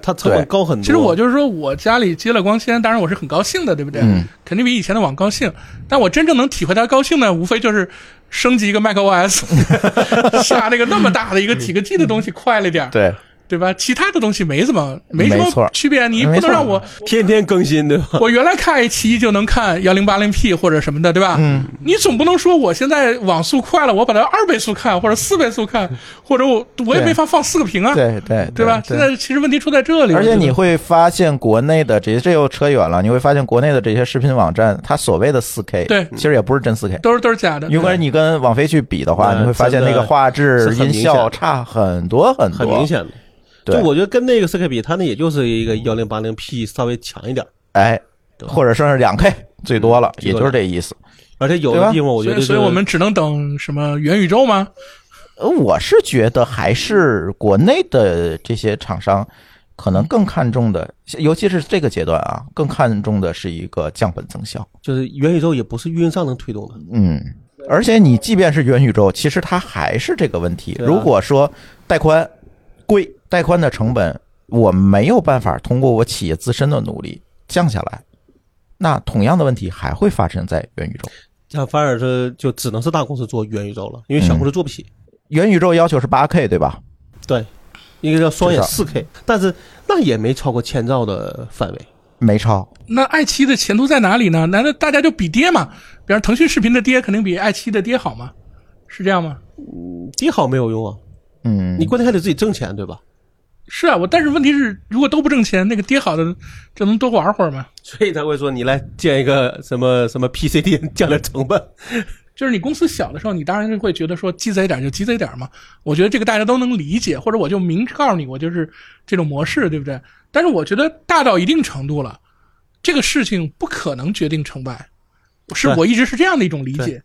[SPEAKER 2] 它成本高很
[SPEAKER 1] 嗯
[SPEAKER 2] 多。
[SPEAKER 3] 其实我就是说我家里接了光纤，当然我是很高兴的，对不对？
[SPEAKER 1] 嗯
[SPEAKER 3] 肯定比以前的网高兴。但我真正能体会到高兴呢，无非就是升级一个 macOS，下那个那么大的一个几个 G 的东西快了点儿，
[SPEAKER 1] 嗯对，
[SPEAKER 3] 对吧？其他的东西没怎么没什
[SPEAKER 1] 没
[SPEAKER 3] 么
[SPEAKER 1] 错
[SPEAKER 3] 区别，啊你不
[SPEAKER 1] 没错嗯
[SPEAKER 3] 能让我
[SPEAKER 2] 天天更新，对吧？
[SPEAKER 3] 我原来看爱奇艺就能看幺零八零 P 或者什么的，对吧？嗯，你总不能说我现在网速快了，我把它二倍速看或者四倍速看，或者我我也
[SPEAKER 1] 对
[SPEAKER 3] 没法放四个屏啊，
[SPEAKER 1] 对对
[SPEAKER 3] 对吧？现在其实问题出在这里，
[SPEAKER 1] 而且
[SPEAKER 3] 我觉得
[SPEAKER 1] 你会发现，国内的这这又扯远了。你会发现，国内的这些视频网站，它所谓的四 K，
[SPEAKER 3] 对
[SPEAKER 1] 其实也不是真四 K。
[SPEAKER 3] 都是都是假的，
[SPEAKER 1] 如果你跟网飞去比的话，
[SPEAKER 2] 嗯
[SPEAKER 1] 你会发现那个画质、
[SPEAKER 2] 真的是很
[SPEAKER 1] 音
[SPEAKER 2] 明显
[SPEAKER 1] 效差很多很多，
[SPEAKER 2] 很明。显的。
[SPEAKER 1] 对
[SPEAKER 2] 就我觉得跟那个 CK 比，它那也就是一个幺零八零 P 稍微强一点，
[SPEAKER 1] 哎，
[SPEAKER 2] 对吧
[SPEAKER 1] 或者说是两 K 最多了，
[SPEAKER 2] 最
[SPEAKER 1] 也
[SPEAKER 2] 多
[SPEAKER 1] 就
[SPEAKER 2] 了
[SPEAKER 1] 是这意思。
[SPEAKER 2] 而且有
[SPEAKER 1] 对
[SPEAKER 2] 的
[SPEAKER 1] 吧
[SPEAKER 2] 地方我觉
[SPEAKER 3] 所
[SPEAKER 2] 得
[SPEAKER 3] 以，所以我们只能等什么元宇宙吗？
[SPEAKER 1] 呃，我是觉得还是国内的这些厂商可能更看重的，尤其是这个阶段啊，更看重的是一个降本增效。
[SPEAKER 2] 就是元宇宙也不是运营商能推动的，
[SPEAKER 1] 嗯，而且你即便是元宇宙，其实它还是这个问题。
[SPEAKER 2] 对啊
[SPEAKER 1] 如果说带宽贵，带宽的成本我没有办法通过我企业自身的努力降下来，那同样的问题还会发生在元宇宙。
[SPEAKER 2] 像反而是就只能是大公司做元宇宙了，因为小公司做不起。
[SPEAKER 1] 元宇宙要求是八 K 对吧？
[SPEAKER 2] 对，应该叫双眼
[SPEAKER 1] 至
[SPEAKER 2] 四 K，但是那也没超过千兆的范围。
[SPEAKER 1] 没超，
[SPEAKER 3] 那爱奇艺的前途在哪里呢？难道大家就比爹吗？比方腾讯视频的爹肯定比爱奇艺的爹好吗？是这样吗？
[SPEAKER 2] 低好没有用啊，
[SPEAKER 1] 嗯，
[SPEAKER 2] 你关键还得自己挣钱，对吧？
[SPEAKER 3] 是啊，我但是问题是，如果都不挣钱，那个爹好的就能多玩会儿吗？
[SPEAKER 2] 所以才会说你来建一个什么什么 PCD 降点成本。
[SPEAKER 3] 就是你公司小的时候，你当然是会觉得说积攒一点就积攒一点嘛。我觉得这个大家都能理解，或者我就明告诉你，我就是这种模式，对不对？但是我觉得大到一定程度了，这个事情不可能决定成败，是
[SPEAKER 2] 对
[SPEAKER 3] 我一直是这样的一种理解，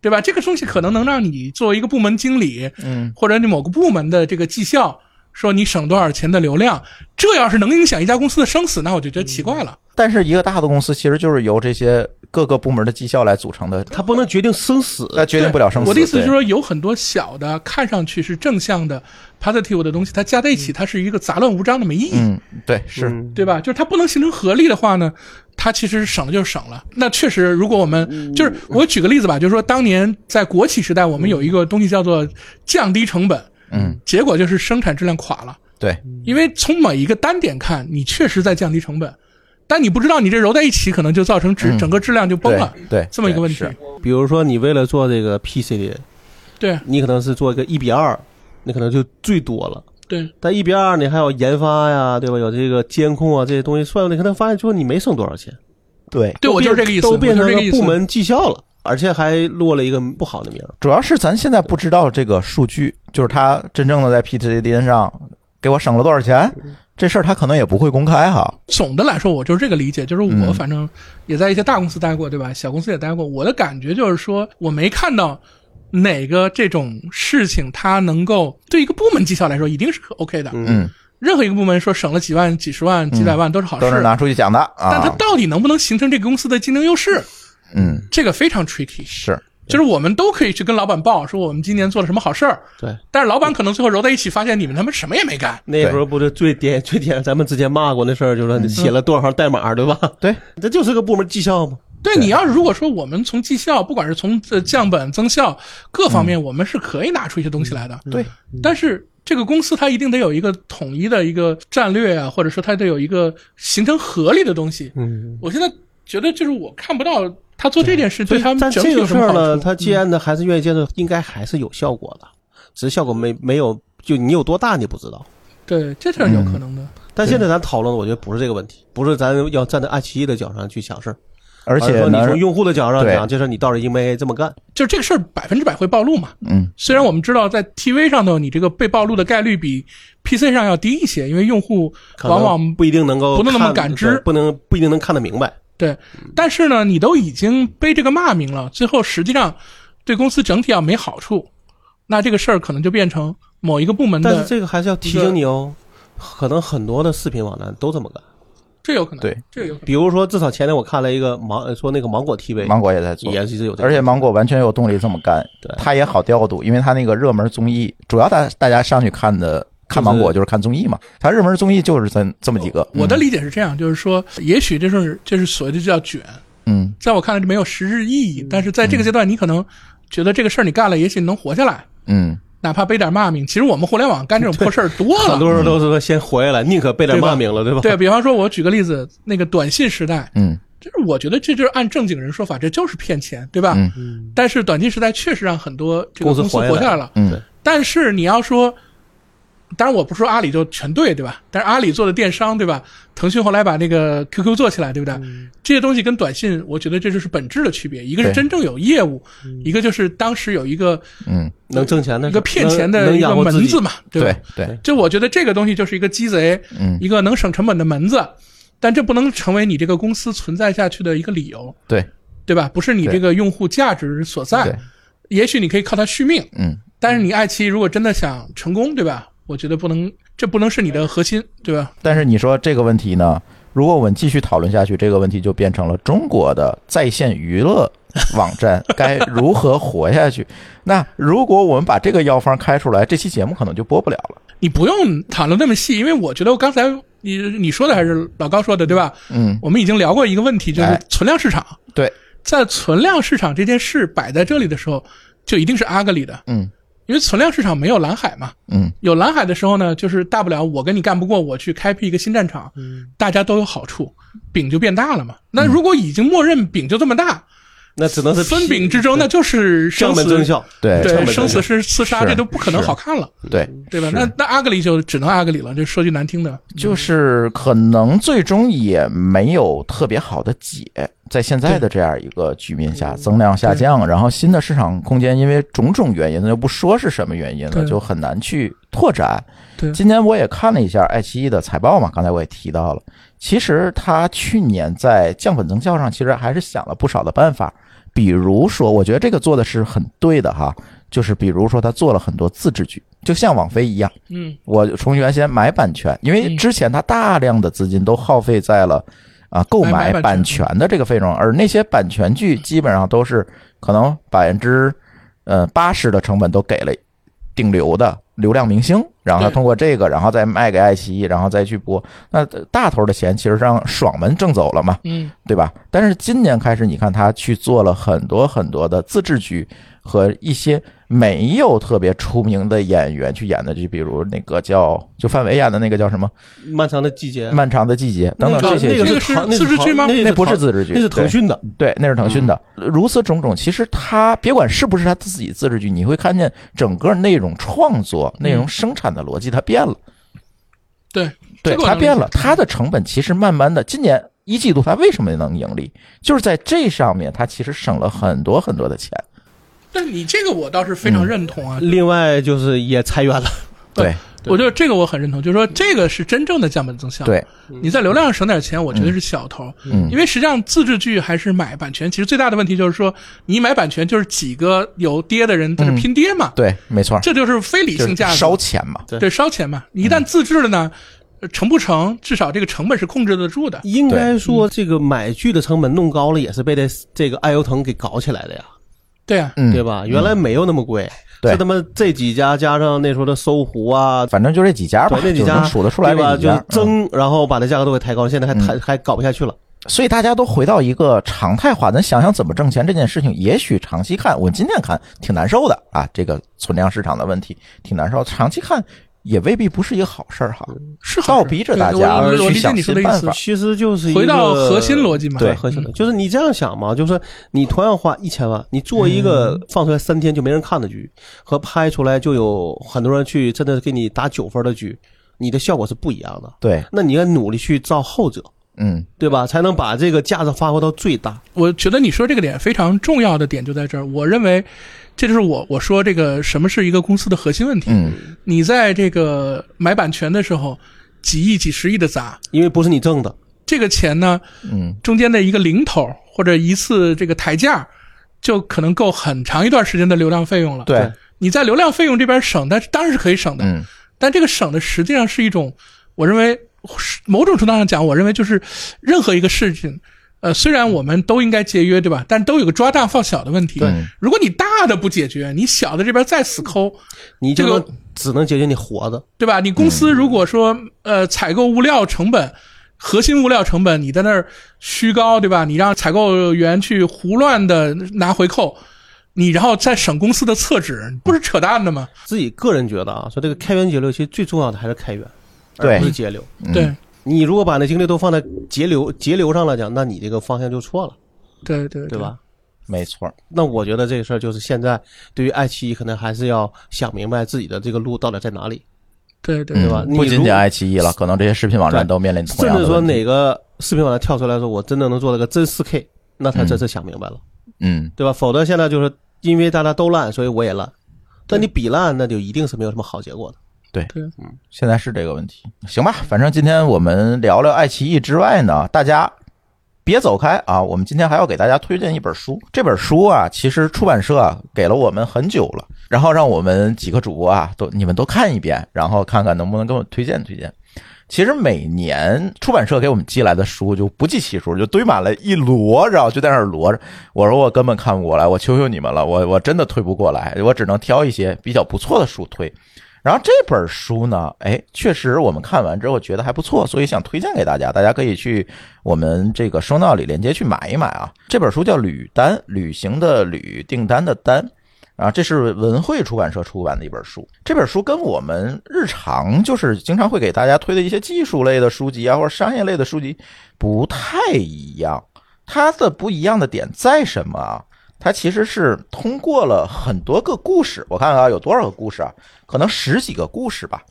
[SPEAKER 3] 对吧？这个东西可能能让你作为一个部门经理，
[SPEAKER 1] 嗯，
[SPEAKER 3] 或者你某个部门的这个绩效，说你省多少钱的流量，这要是能影响一家公司的生死，那我就觉得奇怪了。
[SPEAKER 1] 但是一个大的公司其实就是由这些各个部门的绩效来组成的，
[SPEAKER 2] 它不能决定生死，
[SPEAKER 1] 那决定不了生死。
[SPEAKER 3] 我的意思
[SPEAKER 1] 对
[SPEAKER 3] 是，说，有很多小的看上去是正向的 positive 的东西，它加在一起，它是一个杂乱无章的没意义，
[SPEAKER 1] 嗯，对，是，
[SPEAKER 2] 嗯
[SPEAKER 3] 对吧？就是它不能形成合力的话呢，它其实省了就是省了。那确实，如果我
[SPEAKER 1] 嗯
[SPEAKER 3] 们就是我举个例子吧，就是说当年在国企时代，我们有一个东西叫做降低成本，
[SPEAKER 1] 嗯，
[SPEAKER 3] 结果就是生产质量垮了。
[SPEAKER 1] 对，
[SPEAKER 3] 因为从每一个单点看，你确实在降低成本，但你不知道你这揉在一起，可能就造成质整个质量就崩
[SPEAKER 1] 嗯对
[SPEAKER 3] 了，，
[SPEAKER 1] 对，
[SPEAKER 3] 这么一个
[SPEAKER 1] 对
[SPEAKER 3] 问题。
[SPEAKER 1] 是
[SPEAKER 2] 比如说你为了做这个 PCD，
[SPEAKER 3] 对
[SPEAKER 2] 你可能是做一个一比二，那可能就最多了。
[SPEAKER 3] 对，
[SPEAKER 2] 但一边儿你还有研发呀，对吧？有这个监控啊这些东西算，你可能发现最后你没省多少钱，
[SPEAKER 1] 对，
[SPEAKER 3] 对我就是这个意思，
[SPEAKER 2] 都变
[SPEAKER 3] 我
[SPEAKER 2] 成
[SPEAKER 3] 就是这个
[SPEAKER 2] 了
[SPEAKER 3] 意
[SPEAKER 2] 部
[SPEAKER 3] 思。
[SPEAKER 2] 门绩效了，而且还落了一个不好的名儿。
[SPEAKER 1] 主要是咱现在不知道这个数据，就是他真正的在 PTDN 上给我省了多少钱，这事儿他可能也不会公开哈。
[SPEAKER 3] 总的来说，我就是这个理解，就是我
[SPEAKER 1] 嗯
[SPEAKER 3] 反正也在一些大公司待过，对吧？小公司也待过，我的感觉就是说，我没看到哪个这种事情，它能够对一个部门绩效来说一定是 OK 的。
[SPEAKER 1] 嗯，
[SPEAKER 3] 任何一个部门说省了几万、几十万、几百万都是好事，
[SPEAKER 1] 都是拿出去讲的
[SPEAKER 3] 但它
[SPEAKER 1] 啊。
[SPEAKER 3] 到底能不能形成这个公司的竞争优势，
[SPEAKER 1] 嗯，
[SPEAKER 3] 这个非常 tricky。
[SPEAKER 1] 是
[SPEAKER 3] 就是我们都可以去跟老板报，说我们今年做了什么好事儿，
[SPEAKER 2] 对，
[SPEAKER 3] 但是老板可能最后揉在一起，发现你们他妈什么也没干。
[SPEAKER 2] 那时候不是最典最典，咱们之前骂过那事儿，就是说你写了多少行代码，对吧？
[SPEAKER 1] 嗯对，
[SPEAKER 2] 这就是个部门绩效嘛。
[SPEAKER 3] 对，你要是如果说我们从绩效，不管是从呃降本增效各方面，我们是可以拿出一些东西来的。
[SPEAKER 1] 对，
[SPEAKER 3] 但是这个公司它一定得有一个统一的一个战略啊，或者说它得有一个形成合理的东西。
[SPEAKER 2] 嗯，
[SPEAKER 3] 我现在觉得就是我看不到他做这件事
[SPEAKER 2] 所
[SPEAKER 3] 对
[SPEAKER 2] 以
[SPEAKER 3] 他
[SPEAKER 2] 但
[SPEAKER 3] 们整体
[SPEAKER 2] 这
[SPEAKER 3] 有
[SPEAKER 2] 个
[SPEAKER 3] 什
[SPEAKER 2] 事
[SPEAKER 3] 么
[SPEAKER 2] 儿
[SPEAKER 3] 好
[SPEAKER 2] 呢，
[SPEAKER 3] 处。嗯
[SPEAKER 2] 他既然呢还是愿意接受，应该还是有效果的，只是效果没没有，就你有多大你不知道。
[SPEAKER 3] 对，这事儿有可能的。
[SPEAKER 2] 但现在咱讨论，的，我觉得不是这个问题，不是咱要站在爱奇艺的角上去想事儿，
[SPEAKER 1] 而
[SPEAKER 2] 是
[SPEAKER 1] 且
[SPEAKER 2] 说你
[SPEAKER 1] 呢
[SPEAKER 2] 从，用户的角上
[SPEAKER 1] 对
[SPEAKER 2] 讲，这事儿你到底应不应该这么干？
[SPEAKER 3] 就是这个事儿百分之百会暴露嘛。
[SPEAKER 1] 嗯，
[SPEAKER 3] 虽然我们知道在 TV 上头，你这个被暴露的概率比 PC 上要低一些，因为用户
[SPEAKER 2] 可能
[SPEAKER 3] 往往
[SPEAKER 2] 不一定能够
[SPEAKER 3] 不能那么
[SPEAKER 2] 看
[SPEAKER 3] 感知
[SPEAKER 2] 对不能不一定能看得明白。
[SPEAKER 3] 对，
[SPEAKER 2] 嗯
[SPEAKER 3] 但是呢，你都已经背这个骂名了，最后实际上对公司整体要没好处，那这个事儿可能就变成某一个部门
[SPEAKER 2] 但是
[SPEAKER 3] 的，
[SPEAKER 2] 这个还是要提醒你哦，可能很多的视频网站都这么干。
[SPEAKER 3] 这有可能，
[SPEAKER 1] 对，
[SPEAKER 3] 这个有可能。
[SPEAKER 2] 比如说，至少前天我看了一个芒呃说那个芒果 TV，
[SPEAKER 1] 芒果也在做，
[SPEAKER 2] 也是有这个，
[SPEAKER 1] 而且芒果完全有动力这么干
[SPEAKER 2] 对，
[SPEAKER 1] 它也好调度，因为它那个热门综艺，主要大大家上去看的看芒果就是看综艺嘛，它热门综艺就是这这么几个。
[SPEAKER 3] 我的理解是这样，就是说，也许这是这是所谓的叫卷，
[SPEAKER 1] 嗯
[SPEAKER 3] 在我看来这没有实质意
[SPEAKER 2] 嗯
[SPEAKER 3] 义，但是在这个阶段，你可能觉得这个事儿你干了，也许你能活下来，
[SPEAKER 1] 嗯，
[SPEAKER 3] 哪怕背点骂名。其实我们互联网干这种破事儿多了，
[SPEAKER 2] 很多人都是说先活下来，宁可被点骂名了，对吧？
[SPEAKER 3] 对比方说，我举个例子，那个短信时代，
[SPEAKER 1] 嗯
[SPEAKER 3] 就是我觉得这就是按正经人说法，这就是骗钱，对吧？
[SPEAKER 1] 嗯
[SPEAKER 3] 但是短信时代确实让很多这个
[SPEAKER 2] 公司
[SPEAKER 3] 公司
[SPEAKER 2] 活下
[SPEAKER 3] 活下来
[SPEAKER 2] 来
[SPEAKER 3] 了。
[SPEAKER 1] 嗯
[SPEAKER 3] 但是你要说，当然我不是说阿里就全对，对吧？但是阿里做的电商，对吧？腾讯后来把那个 QQ 做起来，对不对？
[SPEAKER 2] 嗯
[SPEAKER 3] 这些东西跟短信，我觉得这就是本质的区别，一个是
[SPEAKER 1] 对
[SPEAKER 3] 真正有业务，
[SPEAKER 2] 嗯
[SPEAKER 3] 一个就是当时有一个
[SPEAKER 1] 嗯，
[SPEAKER 2] 能挣钱的
[SPEAKER 3] 一
[SPEAKER 2] 事
[SPEAKER 3] 个骗钱的
[SPEAKER 2] 能
[SPEAKER 3] 一
[SPEAKER 2] 养
[SPEAKER 3] 个
[SPEAKER 2] 活自
[SPEAKER 3] 门
[SPEAKER 2] 己
[SPEAKER 3] 字嘛，对吧？
[SPEAKER 1] 对对，
[SPEAKER 3] 就我觉得这个东西就是一个鸡贼，
[SPEAKER 1] 嗯
[SPEAKER 3] 一个能省成本的门子，但这不能成为你这个公司存在下去的一个理由，
[SPEAKER 1] 对
[SPEAKER 3] 对吧？不是你
[SPEAKER 1] 对
[SPEAKER 3] 这个用户价值所
[SPEAKER 1] 对
[SPEAKER 3] 在。也许你可以靠它续命，
[SPEAKER 1] 嗯
[SPEAKER 3] 但是你爱奇艺如果真的想成功，对吧？我觉得不能，这不能是你的核心，对吧？
[SPEAKER 1] 但是你说这个问题呢？如果我们继续讨论下去，这个问题就变成了中国的在线娱乐网站 该如何活下去。那如果我们把这个药方开出来，这期节目可能就播不了了。
[SPEAKER 3] 你不用讨论那么细，因为我觉得我刚才你你说的还是老高说的，对吧？
[SPEAKER 1] 嗯，
[SPEAKER 3] 我们已经聊过一个问题，就是
[SPEAKER 1] 哎
[SPEAKER 3] 存量市场。
[SPEAKER 1] 对，
[SPEAKER 3] 在存量市场这件事摆在这里的时候，就一定是阿格里的，
[SPEAKER 1] 嗯
[SPEAKER 3] 因为存量市场没有蓝海嘛。
[SPEAKER 1] 嗯
[SPEAKER 3] 有蓝海的时候呢，就是大不了我跟你干不过，我去开辟一个新战场，
[SPEAKER 2] 嗯
[SPEAKER 3] 大家都有好处，饼就变大了嘛。
[SPEAKER 1] 嗯
[SPEAKER 3] 那如果已经默认饼就这么大，
[SPEAKER 2] 那只能是
[SPEAKER 3] 分饼之争，那就是
[SPEAKER 2] 降
[SPEAKER 3] 生
[SPEAKER 2] 本增
[SPEAKER 3] 死，
[SPEAKER 2] 效。
[SPEAKER 1] 对
[SPEAKER 2] 成本增
[SPEAKER 3] 对生死是厮杀，
[SPEAKER 1] 是
[SPEAKER 3] 这都不可能好看了，
[SPEAKER 1] 对
[SPEAKER 3] 对吧？
[SPEAKER 1] 是
[SPEAKER 3] 那那阿格里就只能阿格里了，这说句难听的，
[SPEAKER 1] 就是可能最终也没有特别好的解，在现在的这样一个局面下，增量下降，然后新的市场空间因为种种原因，那就不说是什么原因了，
[SPEAKER 3] 对
[SPEAKER 1] 就很难去拓展。
[SPEAKER 3] 对
[SPEAKER 1] 今年我也看了一下爱奇艺的财报嘛，刚才我也提到了，其实它去年在降本增效上，其实还是想了不少的办法，比如说，我觉得这个做的是很对的哈，就是比如说它做了很多自制剧，就像网飞一样。
[SPEAKER 3] 嗯，
[SPEAKER 1] 我从原先买版权，因为
[SPEAKER 3] 嗯
[SPEAKER 1] 之前他大量的资金都耗费在了啊购
[SPEAKER 3] 买
[SPEAKER 1] 买
[SPEAKER 3] 买版
[SPEAKER 1] 版权的这个费用，而那些版权剧基本上都是可能百分之呃八十的成本都给了顶流的流量明星，然后他
[SPEAKER 3] 对
[SPEAKER 1] 通过这个，然后再卖给爱奇艺，然后再去播。那大头的钱其实让爽文挣走了嘛，
[SPEAKER 3] 嗯，
[SPEAKER 1] 对吧？但是今年开始，你看他去做了很多很多的自制剧和一些没有特别出名的演员去演的剧，比如那个叫就范伟演的那个叫什么
[SPEAKER 2] 漫长的季节
[SPEAKER 1] 《漫长的季节》等等
[SPEAKER 3] 那
[SPEAKER 1] 这
[SPEAKER 3] 个
[SPEAKER 1] 些
[SPEAKER 2] 那
[SPEAKER 1] 剧
[SPEAKER 2] 个，
[SPEAKER 3] 这个
[SPEAKER 2] 是
[SPEAKER 3] 是
[SPEAKER 2] 腾
[SPEAKER 3] 自制剧吗
[SPEAKER 2] 那个
[SPEAKER 1] 那不是
[SPEAKER 2] 腾
[SPEAKER 1] 自制剧，
[SPEAKER 2] 那是腾
[SPEAKER 1] 对嗯
[SPEAKER 2] 讯嗯的，
[SPEAKER 1] 对，那是腾讯的。如此种种，其实他别管是不是他自己自制剧，你会看见整个内容创作了，内
[SPEAKER 2] 嗯
[SPEAKER 1] 容生产的逻辑它变了，
[SPEAKER 3] 对
[SPEAKER 1] 对
[SPEAKER 3] 这个我
[SPEAKER 1] 它
[SPEAKER 3] 能
[SPEAKER 1] 变
[SPEAKER 3] 理解
[SPEAKER 1] 了，它的成本其实慢慢的，今年一季度它为什么能盈利，就是在这上面它其实省了很多很多的钱。
[SPEAKER 3] 但你这个我倒是非
[SPEAKER 1] 嗯
[SPEAKER 3] 常认同啊，
[SPEAKER 2] 另外就是也裁员了，
[SPEAKER 1] 对
[SPEAKER 3] 我觉得这个我很认同，就是说这个是真正的降本增效。，
[SPEAKER 1] 对，
[SPEAKER 3] 你在流量上省点钱，我觉得是小头，
[SPEAKER 1] 嗯
[SPEAKER 3] 因为实际上自制剧还是买版权，其实最大的问题就是说，你买版权就是几个有爹的人在这拼爹嘛，
[SPEAKER 1] 嗯对，没错，
[SPEAKER 3] 这就是非理
[SPEAKER 1] 就
[SPEAKER 3] 性
[SPEAKER 1] 是
[SPEAKER 3] 价格，
[SPEAKER 1] 烧钱嗯嘛。
[SPEAKER 2] 对
[SPEAKER 3] 对烧钱嘛。一旦自制了呢，呃成不成，至少这个成本是控制得住的。
[SPEAKER 2] 应
[SPEAKER 1] 嗯
[SPEAKER 2] 该说这个买剧的成本弄高了，也是被这这个爱优腾给搞起来的呀，
[SPEAKER 3] 对啊，
[SPEAKER 1] 嗯，
[SPEAKER 2] 对吧？原来没有那么贵，
[SPEAKER 1] 对
[SPEAKER 2] 是他妈这几家加上那时候的搜狐啊。
[SPEAKER 1] 反正就这几家吧，
[SPEAKER 2] 对，那几
[SPEAKER 1] 就
[SPEAKER 2] 家
[SPEAKER 1] 能数得出来
[SPEAKER 2] 对
[SPEAKER 1] 这
[SPEAKER 2] 吧？
[SPEAKER 1] 几
[SPEAKER 2] 就
[SPEAKER 1] 家嗯
[SPEAKER 2] 是。增，然后把这价格都给抬高，现在还抬还搞不下去了。
[SPEAKER 1] 所以大家都回到一个常态化，咱想想怎么挣钱这件事情，也许长期看，我今天看挺难受的啊，这个存量市场的问题挺难受，长期看也未必不是一个好事儿哈，
[SPEAKER 3] 是好
[SPEAKER 1] 倒
[SPEAKER 3] 事
[SPEAKER 1] 逼着
[SPEAKER 3] 对
[SPEAKER 1] 大
[SPEAKER 3] 我
[SPEAKER 1] 家
[SPEAKER 3] 我我
[SPEAKER 1] 去
[SPEAKER 3] 理解
[SPEAKER 1] 想
[SPEAKER 3] 你说的
[SPEAKER 1] 新
[SPEAKER 3] 意
[SPEAKER 1] 办
[SPEAKER 3] 思
[SPEAKER 1] 法，。
[SPEAKER 2] 其实就是一个
[SPEAKER 3] 回到核心逻辑嘛，
[SPEAKER 1] 对
[SPEAKER 2] 核心的，就是你这样想嘛，就是你同样花一千万，你做一个放出来三天就没人看的剧，和拍出来就有很多人去真的给你打九分的剧，你的效果是不一样的。
[SPEAKER 1] 对，
[SPEAKER 2] 那你要努力去造后者，
[SPEAKER 1] 嗯，
[SPEAKER 2] 对吧？才能把这个价值发挥到最大。
[SPEAKER 3] 我觉得你说这个点非常重要的点就在这儿，我认为这就是我我说这个什么是一个公司的核心问题。
[SPEAKER 1] 嗯，
[SPEAKER 3] 你在这个买版权的时候，几亿、几十亿的砸，
[SPEAKER 2] 因为不是你挣的，
[SPEAKER 3] 这个钱呢，
[SPEAKER 1] 嗯，
[SPEAKER 3] 中间的一个零头或者一次这个抬价，就可能够很长一段时间的流量费用了。，
[SPEAKER 1] 对，
[SPEAKER 3] 你在流量费用这边省，但是当然是可以省的，
[SPEAKER 1] 嗯，
[SPEAKER 3] 但这个省的实际上是一种，我认为是某种程度上讲，我认为就是任何一个事情，呃，虽然我们都应该节约，对吧？但都有个抓大放小的问题。
[SPEAKER 1] 对
[SPEAKER 3] 如果你大的不解决，你小的这边再死抠，
[SPEAKER 2] 你就
[SPEAKER 3] 这个
[SPEAKER 2] 能只能解决你活的。
[SPEAKER 3] 对吧？你公司如果说呃采购物料成本。核心物料成本，你在那儿虚高，对吧？你让采购员去胡乱的拿回扣，你然后再省公司的厕纸，不是扯淡的吗？
[SPEAKER 2] 自己个人觉得啊，说这个开源节流，其实最重要的还是开源，
[SPEAKER 1] 对
[SPEAKER 2] 而不是节流。
[SPEAKER 1] 嗯
[SPEAKER 3] 对，
[SPEAKER 2] 你如果把那精力都放在节流节流上来讲，那你这个方向就错了，
[SPEAKER 3] 对对
[SPEAKER 2] 对吧？？
[SPEAKER 1] 没错儿，
[SPEAKER 2] 那我觉得这个事儿就是现在对于爱奇艺，可能还是要想明白自己的这个路到底在哪里，
[SPEAKER 3] 对对
[SPEAKER 1] 嗯
[SPEAKER 2] 对吧你
[SPEAKER 1] 不仅
[SPEAKER 2] 如
[SPEAKER 1] 仅爱奇艺了，可能这些视频网站
[SPEAKER 2] 对
[SPEAKER 1] 都面临同
[SPEAKER 2] 甚
[SPEAKER 1] 样的
[SPEAKER 2] 至说
[SPEAKER 1] 问题。
[SPEAKER 2] 哪个视频网站跳出来说我真的能做了个真四 K，那才真是想明白了，
[SPEAKER 1] 嗯，
[SPEAKER 2] 对吧？否则现在就是因为大家都烂，所以我也烂。但你比烂，那就一定是没有什么好结果的。
[SPEAKER 1] 现在是这个问题。行吧，反正今天我们聊聊爱奇艺之外呢，大家别走开啊！我们今天还要给大家推荐一本书。这本书啊，其实出版社啊给了我们很久了，然后让我们几个主播啊都你们都看一遍，然后看看能不能给我推荐推荐。其实每年出版社给我们寄来的书就不计其数，就堆满了一摞，然后就在那儿摞着。我说我根本看不过来，我求求你们了，我我真的推不过来，我只能挑一些比较不错的书推。然后这本书呢，哎，确实我们看完之后觉得还不错，所以想推荐给大家，大家可以去我们这个收纳里链接去买一买啊。这本书叫《履单》，旅行的旅，订单的单。啊，这是文汇出版社出版的一本书。这本书跟我们日常就是经常会给大家推的一些技术类的书籍啊，或者商业类的书籍不太一样。它的不一样的点在什么啊？它其实是通过了很多个故事，我看看啊，有多少个故事啊？可能十几个故事吧。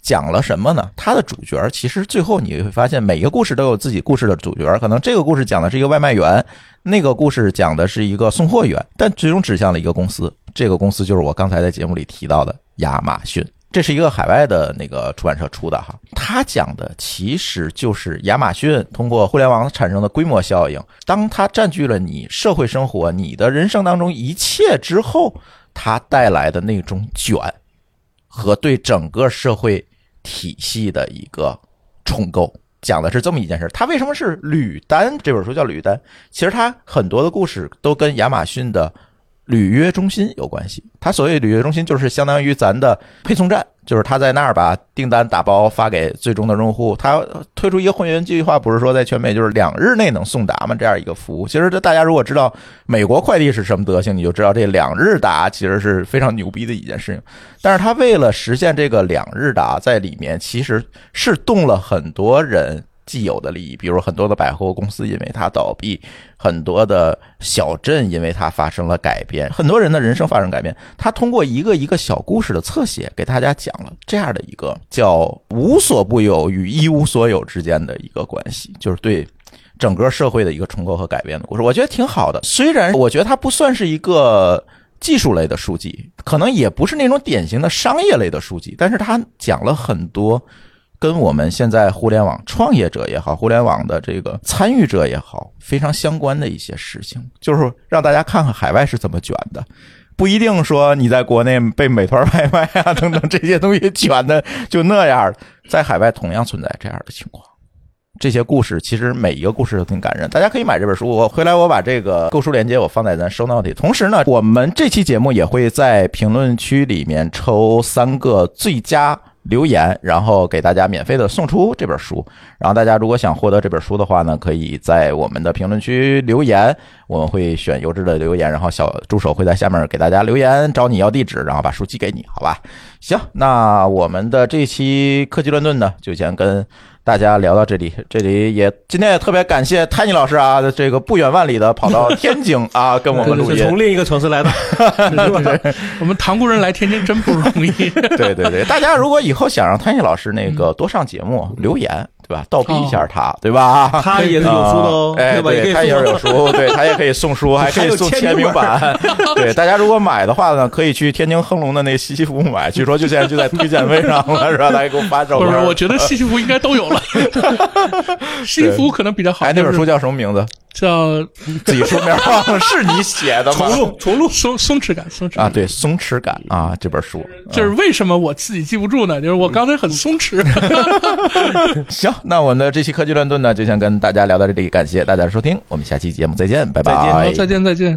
[SPEAKER 1] 讲了什么呢？它的主角其实最后你会发现，每个故事都有自己故事的主角。可能这个故事讲的是一个外卖员，那个故事讲的是一个送货员，但最终指向了一个公司。这个公司就是我刚才在节目里提到的亚马逊。这是一个海外的那个出版社出的哈，它讲的其实就是亚马逊通过互联网产生的规模效应，当它占据了你社会生活、你的人生当中一切之后，它带来的那种卷和对整个社会体系的一个重构。讲的是这么一件事儿，它为什么是履单？这本书叫履单，其实它很多的故事都跟亚马逊的履约中心有关系。它所谓履约中心，就是相当于咱的配送站，就是他在那儿把订单打包发给最终的用户。他推出一个会员计划，不是说在全美就是两日内能送达吗？这样一个服务，其实这大家如果知道美国快递是什么德行，你就知道这两日达其实是非常牛逼的一件事情。但是他为了实现这个两日达，在里面其实是动了很多人既有的利益，比如很多的百货公司因为它倒闭，很多的小镇因为它发生了改变，很多人的人生发生改变。他通过一个一个小故事的侧写，给大家讲了这样的一个叫“无所不有与一无所有”之间的一个关系，就是对整个社会的一个重构和改变的故事，我觉得挺好的。虽然我觉得它不算是一个技术类的书籍，可能也不是那种典型的商业类的书籍，但是它讲了很多跟我们现在互联网创业者也好，互联网的这个参与者也好，非常相关的一些事情，就是让大家看看海外是怎么卷的。不一定说你在国内被美团外卖啊等等这些东西卷的就那样儿，在海外同样存在这样的情况。这些故事其实每一个故事都挺感人，大家可以买这本书。我回来我把这个购书链接我放在咱 show note 里。同时呢，我们这期节目也会在评论区里面抽三个最佳留言，然后给大家免费的送出这本书。然后大家如果想获得这本书的话呢，可以在我们的评论区留言，我们会选优质的留言，然后小助手会在下面给大家留言找你要地址，然后把书寄给你，好吧？行，那我们的这期科技乱炖呢，就先跟大家聊到这里。 这里也今天也特别感谢 Tiny 老师啊，这个不远万里的跑到天津啊，跟我们录
[SPEAKER 2] 是
[SPEAKER 1] 音
[SPEAKER 2] 从。另一个城市 来的，
[SPEAKER 3] 我们塘沽人来天津真不容易。
[SPEAKER 1] 对对对，大家如果以后想让 Tiny 老师那个多上节目，留言对吧？倒逼一下他，对吧？
[SPEAKER 2] 他也是有书的哦，
[SPEAKER 1] 啊哦 哎，
[SPEAKER 2] 对吧？也可
[SPEAKER 1] 对，
[SPEAKER 2] 以
[SPEAKER 1] 他也
[SPEAKER 2] 送
[SPEAKER 1] 是有书，对他也可以送 书，还可以送签名版。 对，大家如果买的话呢，可以去天津恒隆的那西西弗买，据说就现在就在推荐位上了，是吧？大家给我发照
[SPEAKER 3] 不
[SPEAKER 1] 片。
[SPEAKER 3] 是，我觉得西西弗应该都有 了，西西弗可能比较好。
[SPEAKER 1] 哎，那本书
[SPEAKER 3] 就是
[SPEAKER 1] 叫什么名 字？
[SPEAKER 3] 叫
[SPEAKER 1] 自己书名忘了，是你写的吗？
[SPEAKER 3] 重录松松弛感，松弛
[SPEAKER 1] 啊，
[SPEAKER 3] 感。
[SPEAKER 1] 对，松弛感啊，这本书。
[SPEAKER 3] 就是为什么我自己记不住呢？就是
[SPEAKER 1] 嗯
[SPEAKER 3] 我刚才很松弛。
[SPEAKER 1] 哎行，那我们的这期科技乱炖呢，就先跟大家聊到这里，感谢大家的收听，我们下期节目再见，拜拜，
[SPEAKER 2] 再见
[SPEAKER 3] 好，再见，再见。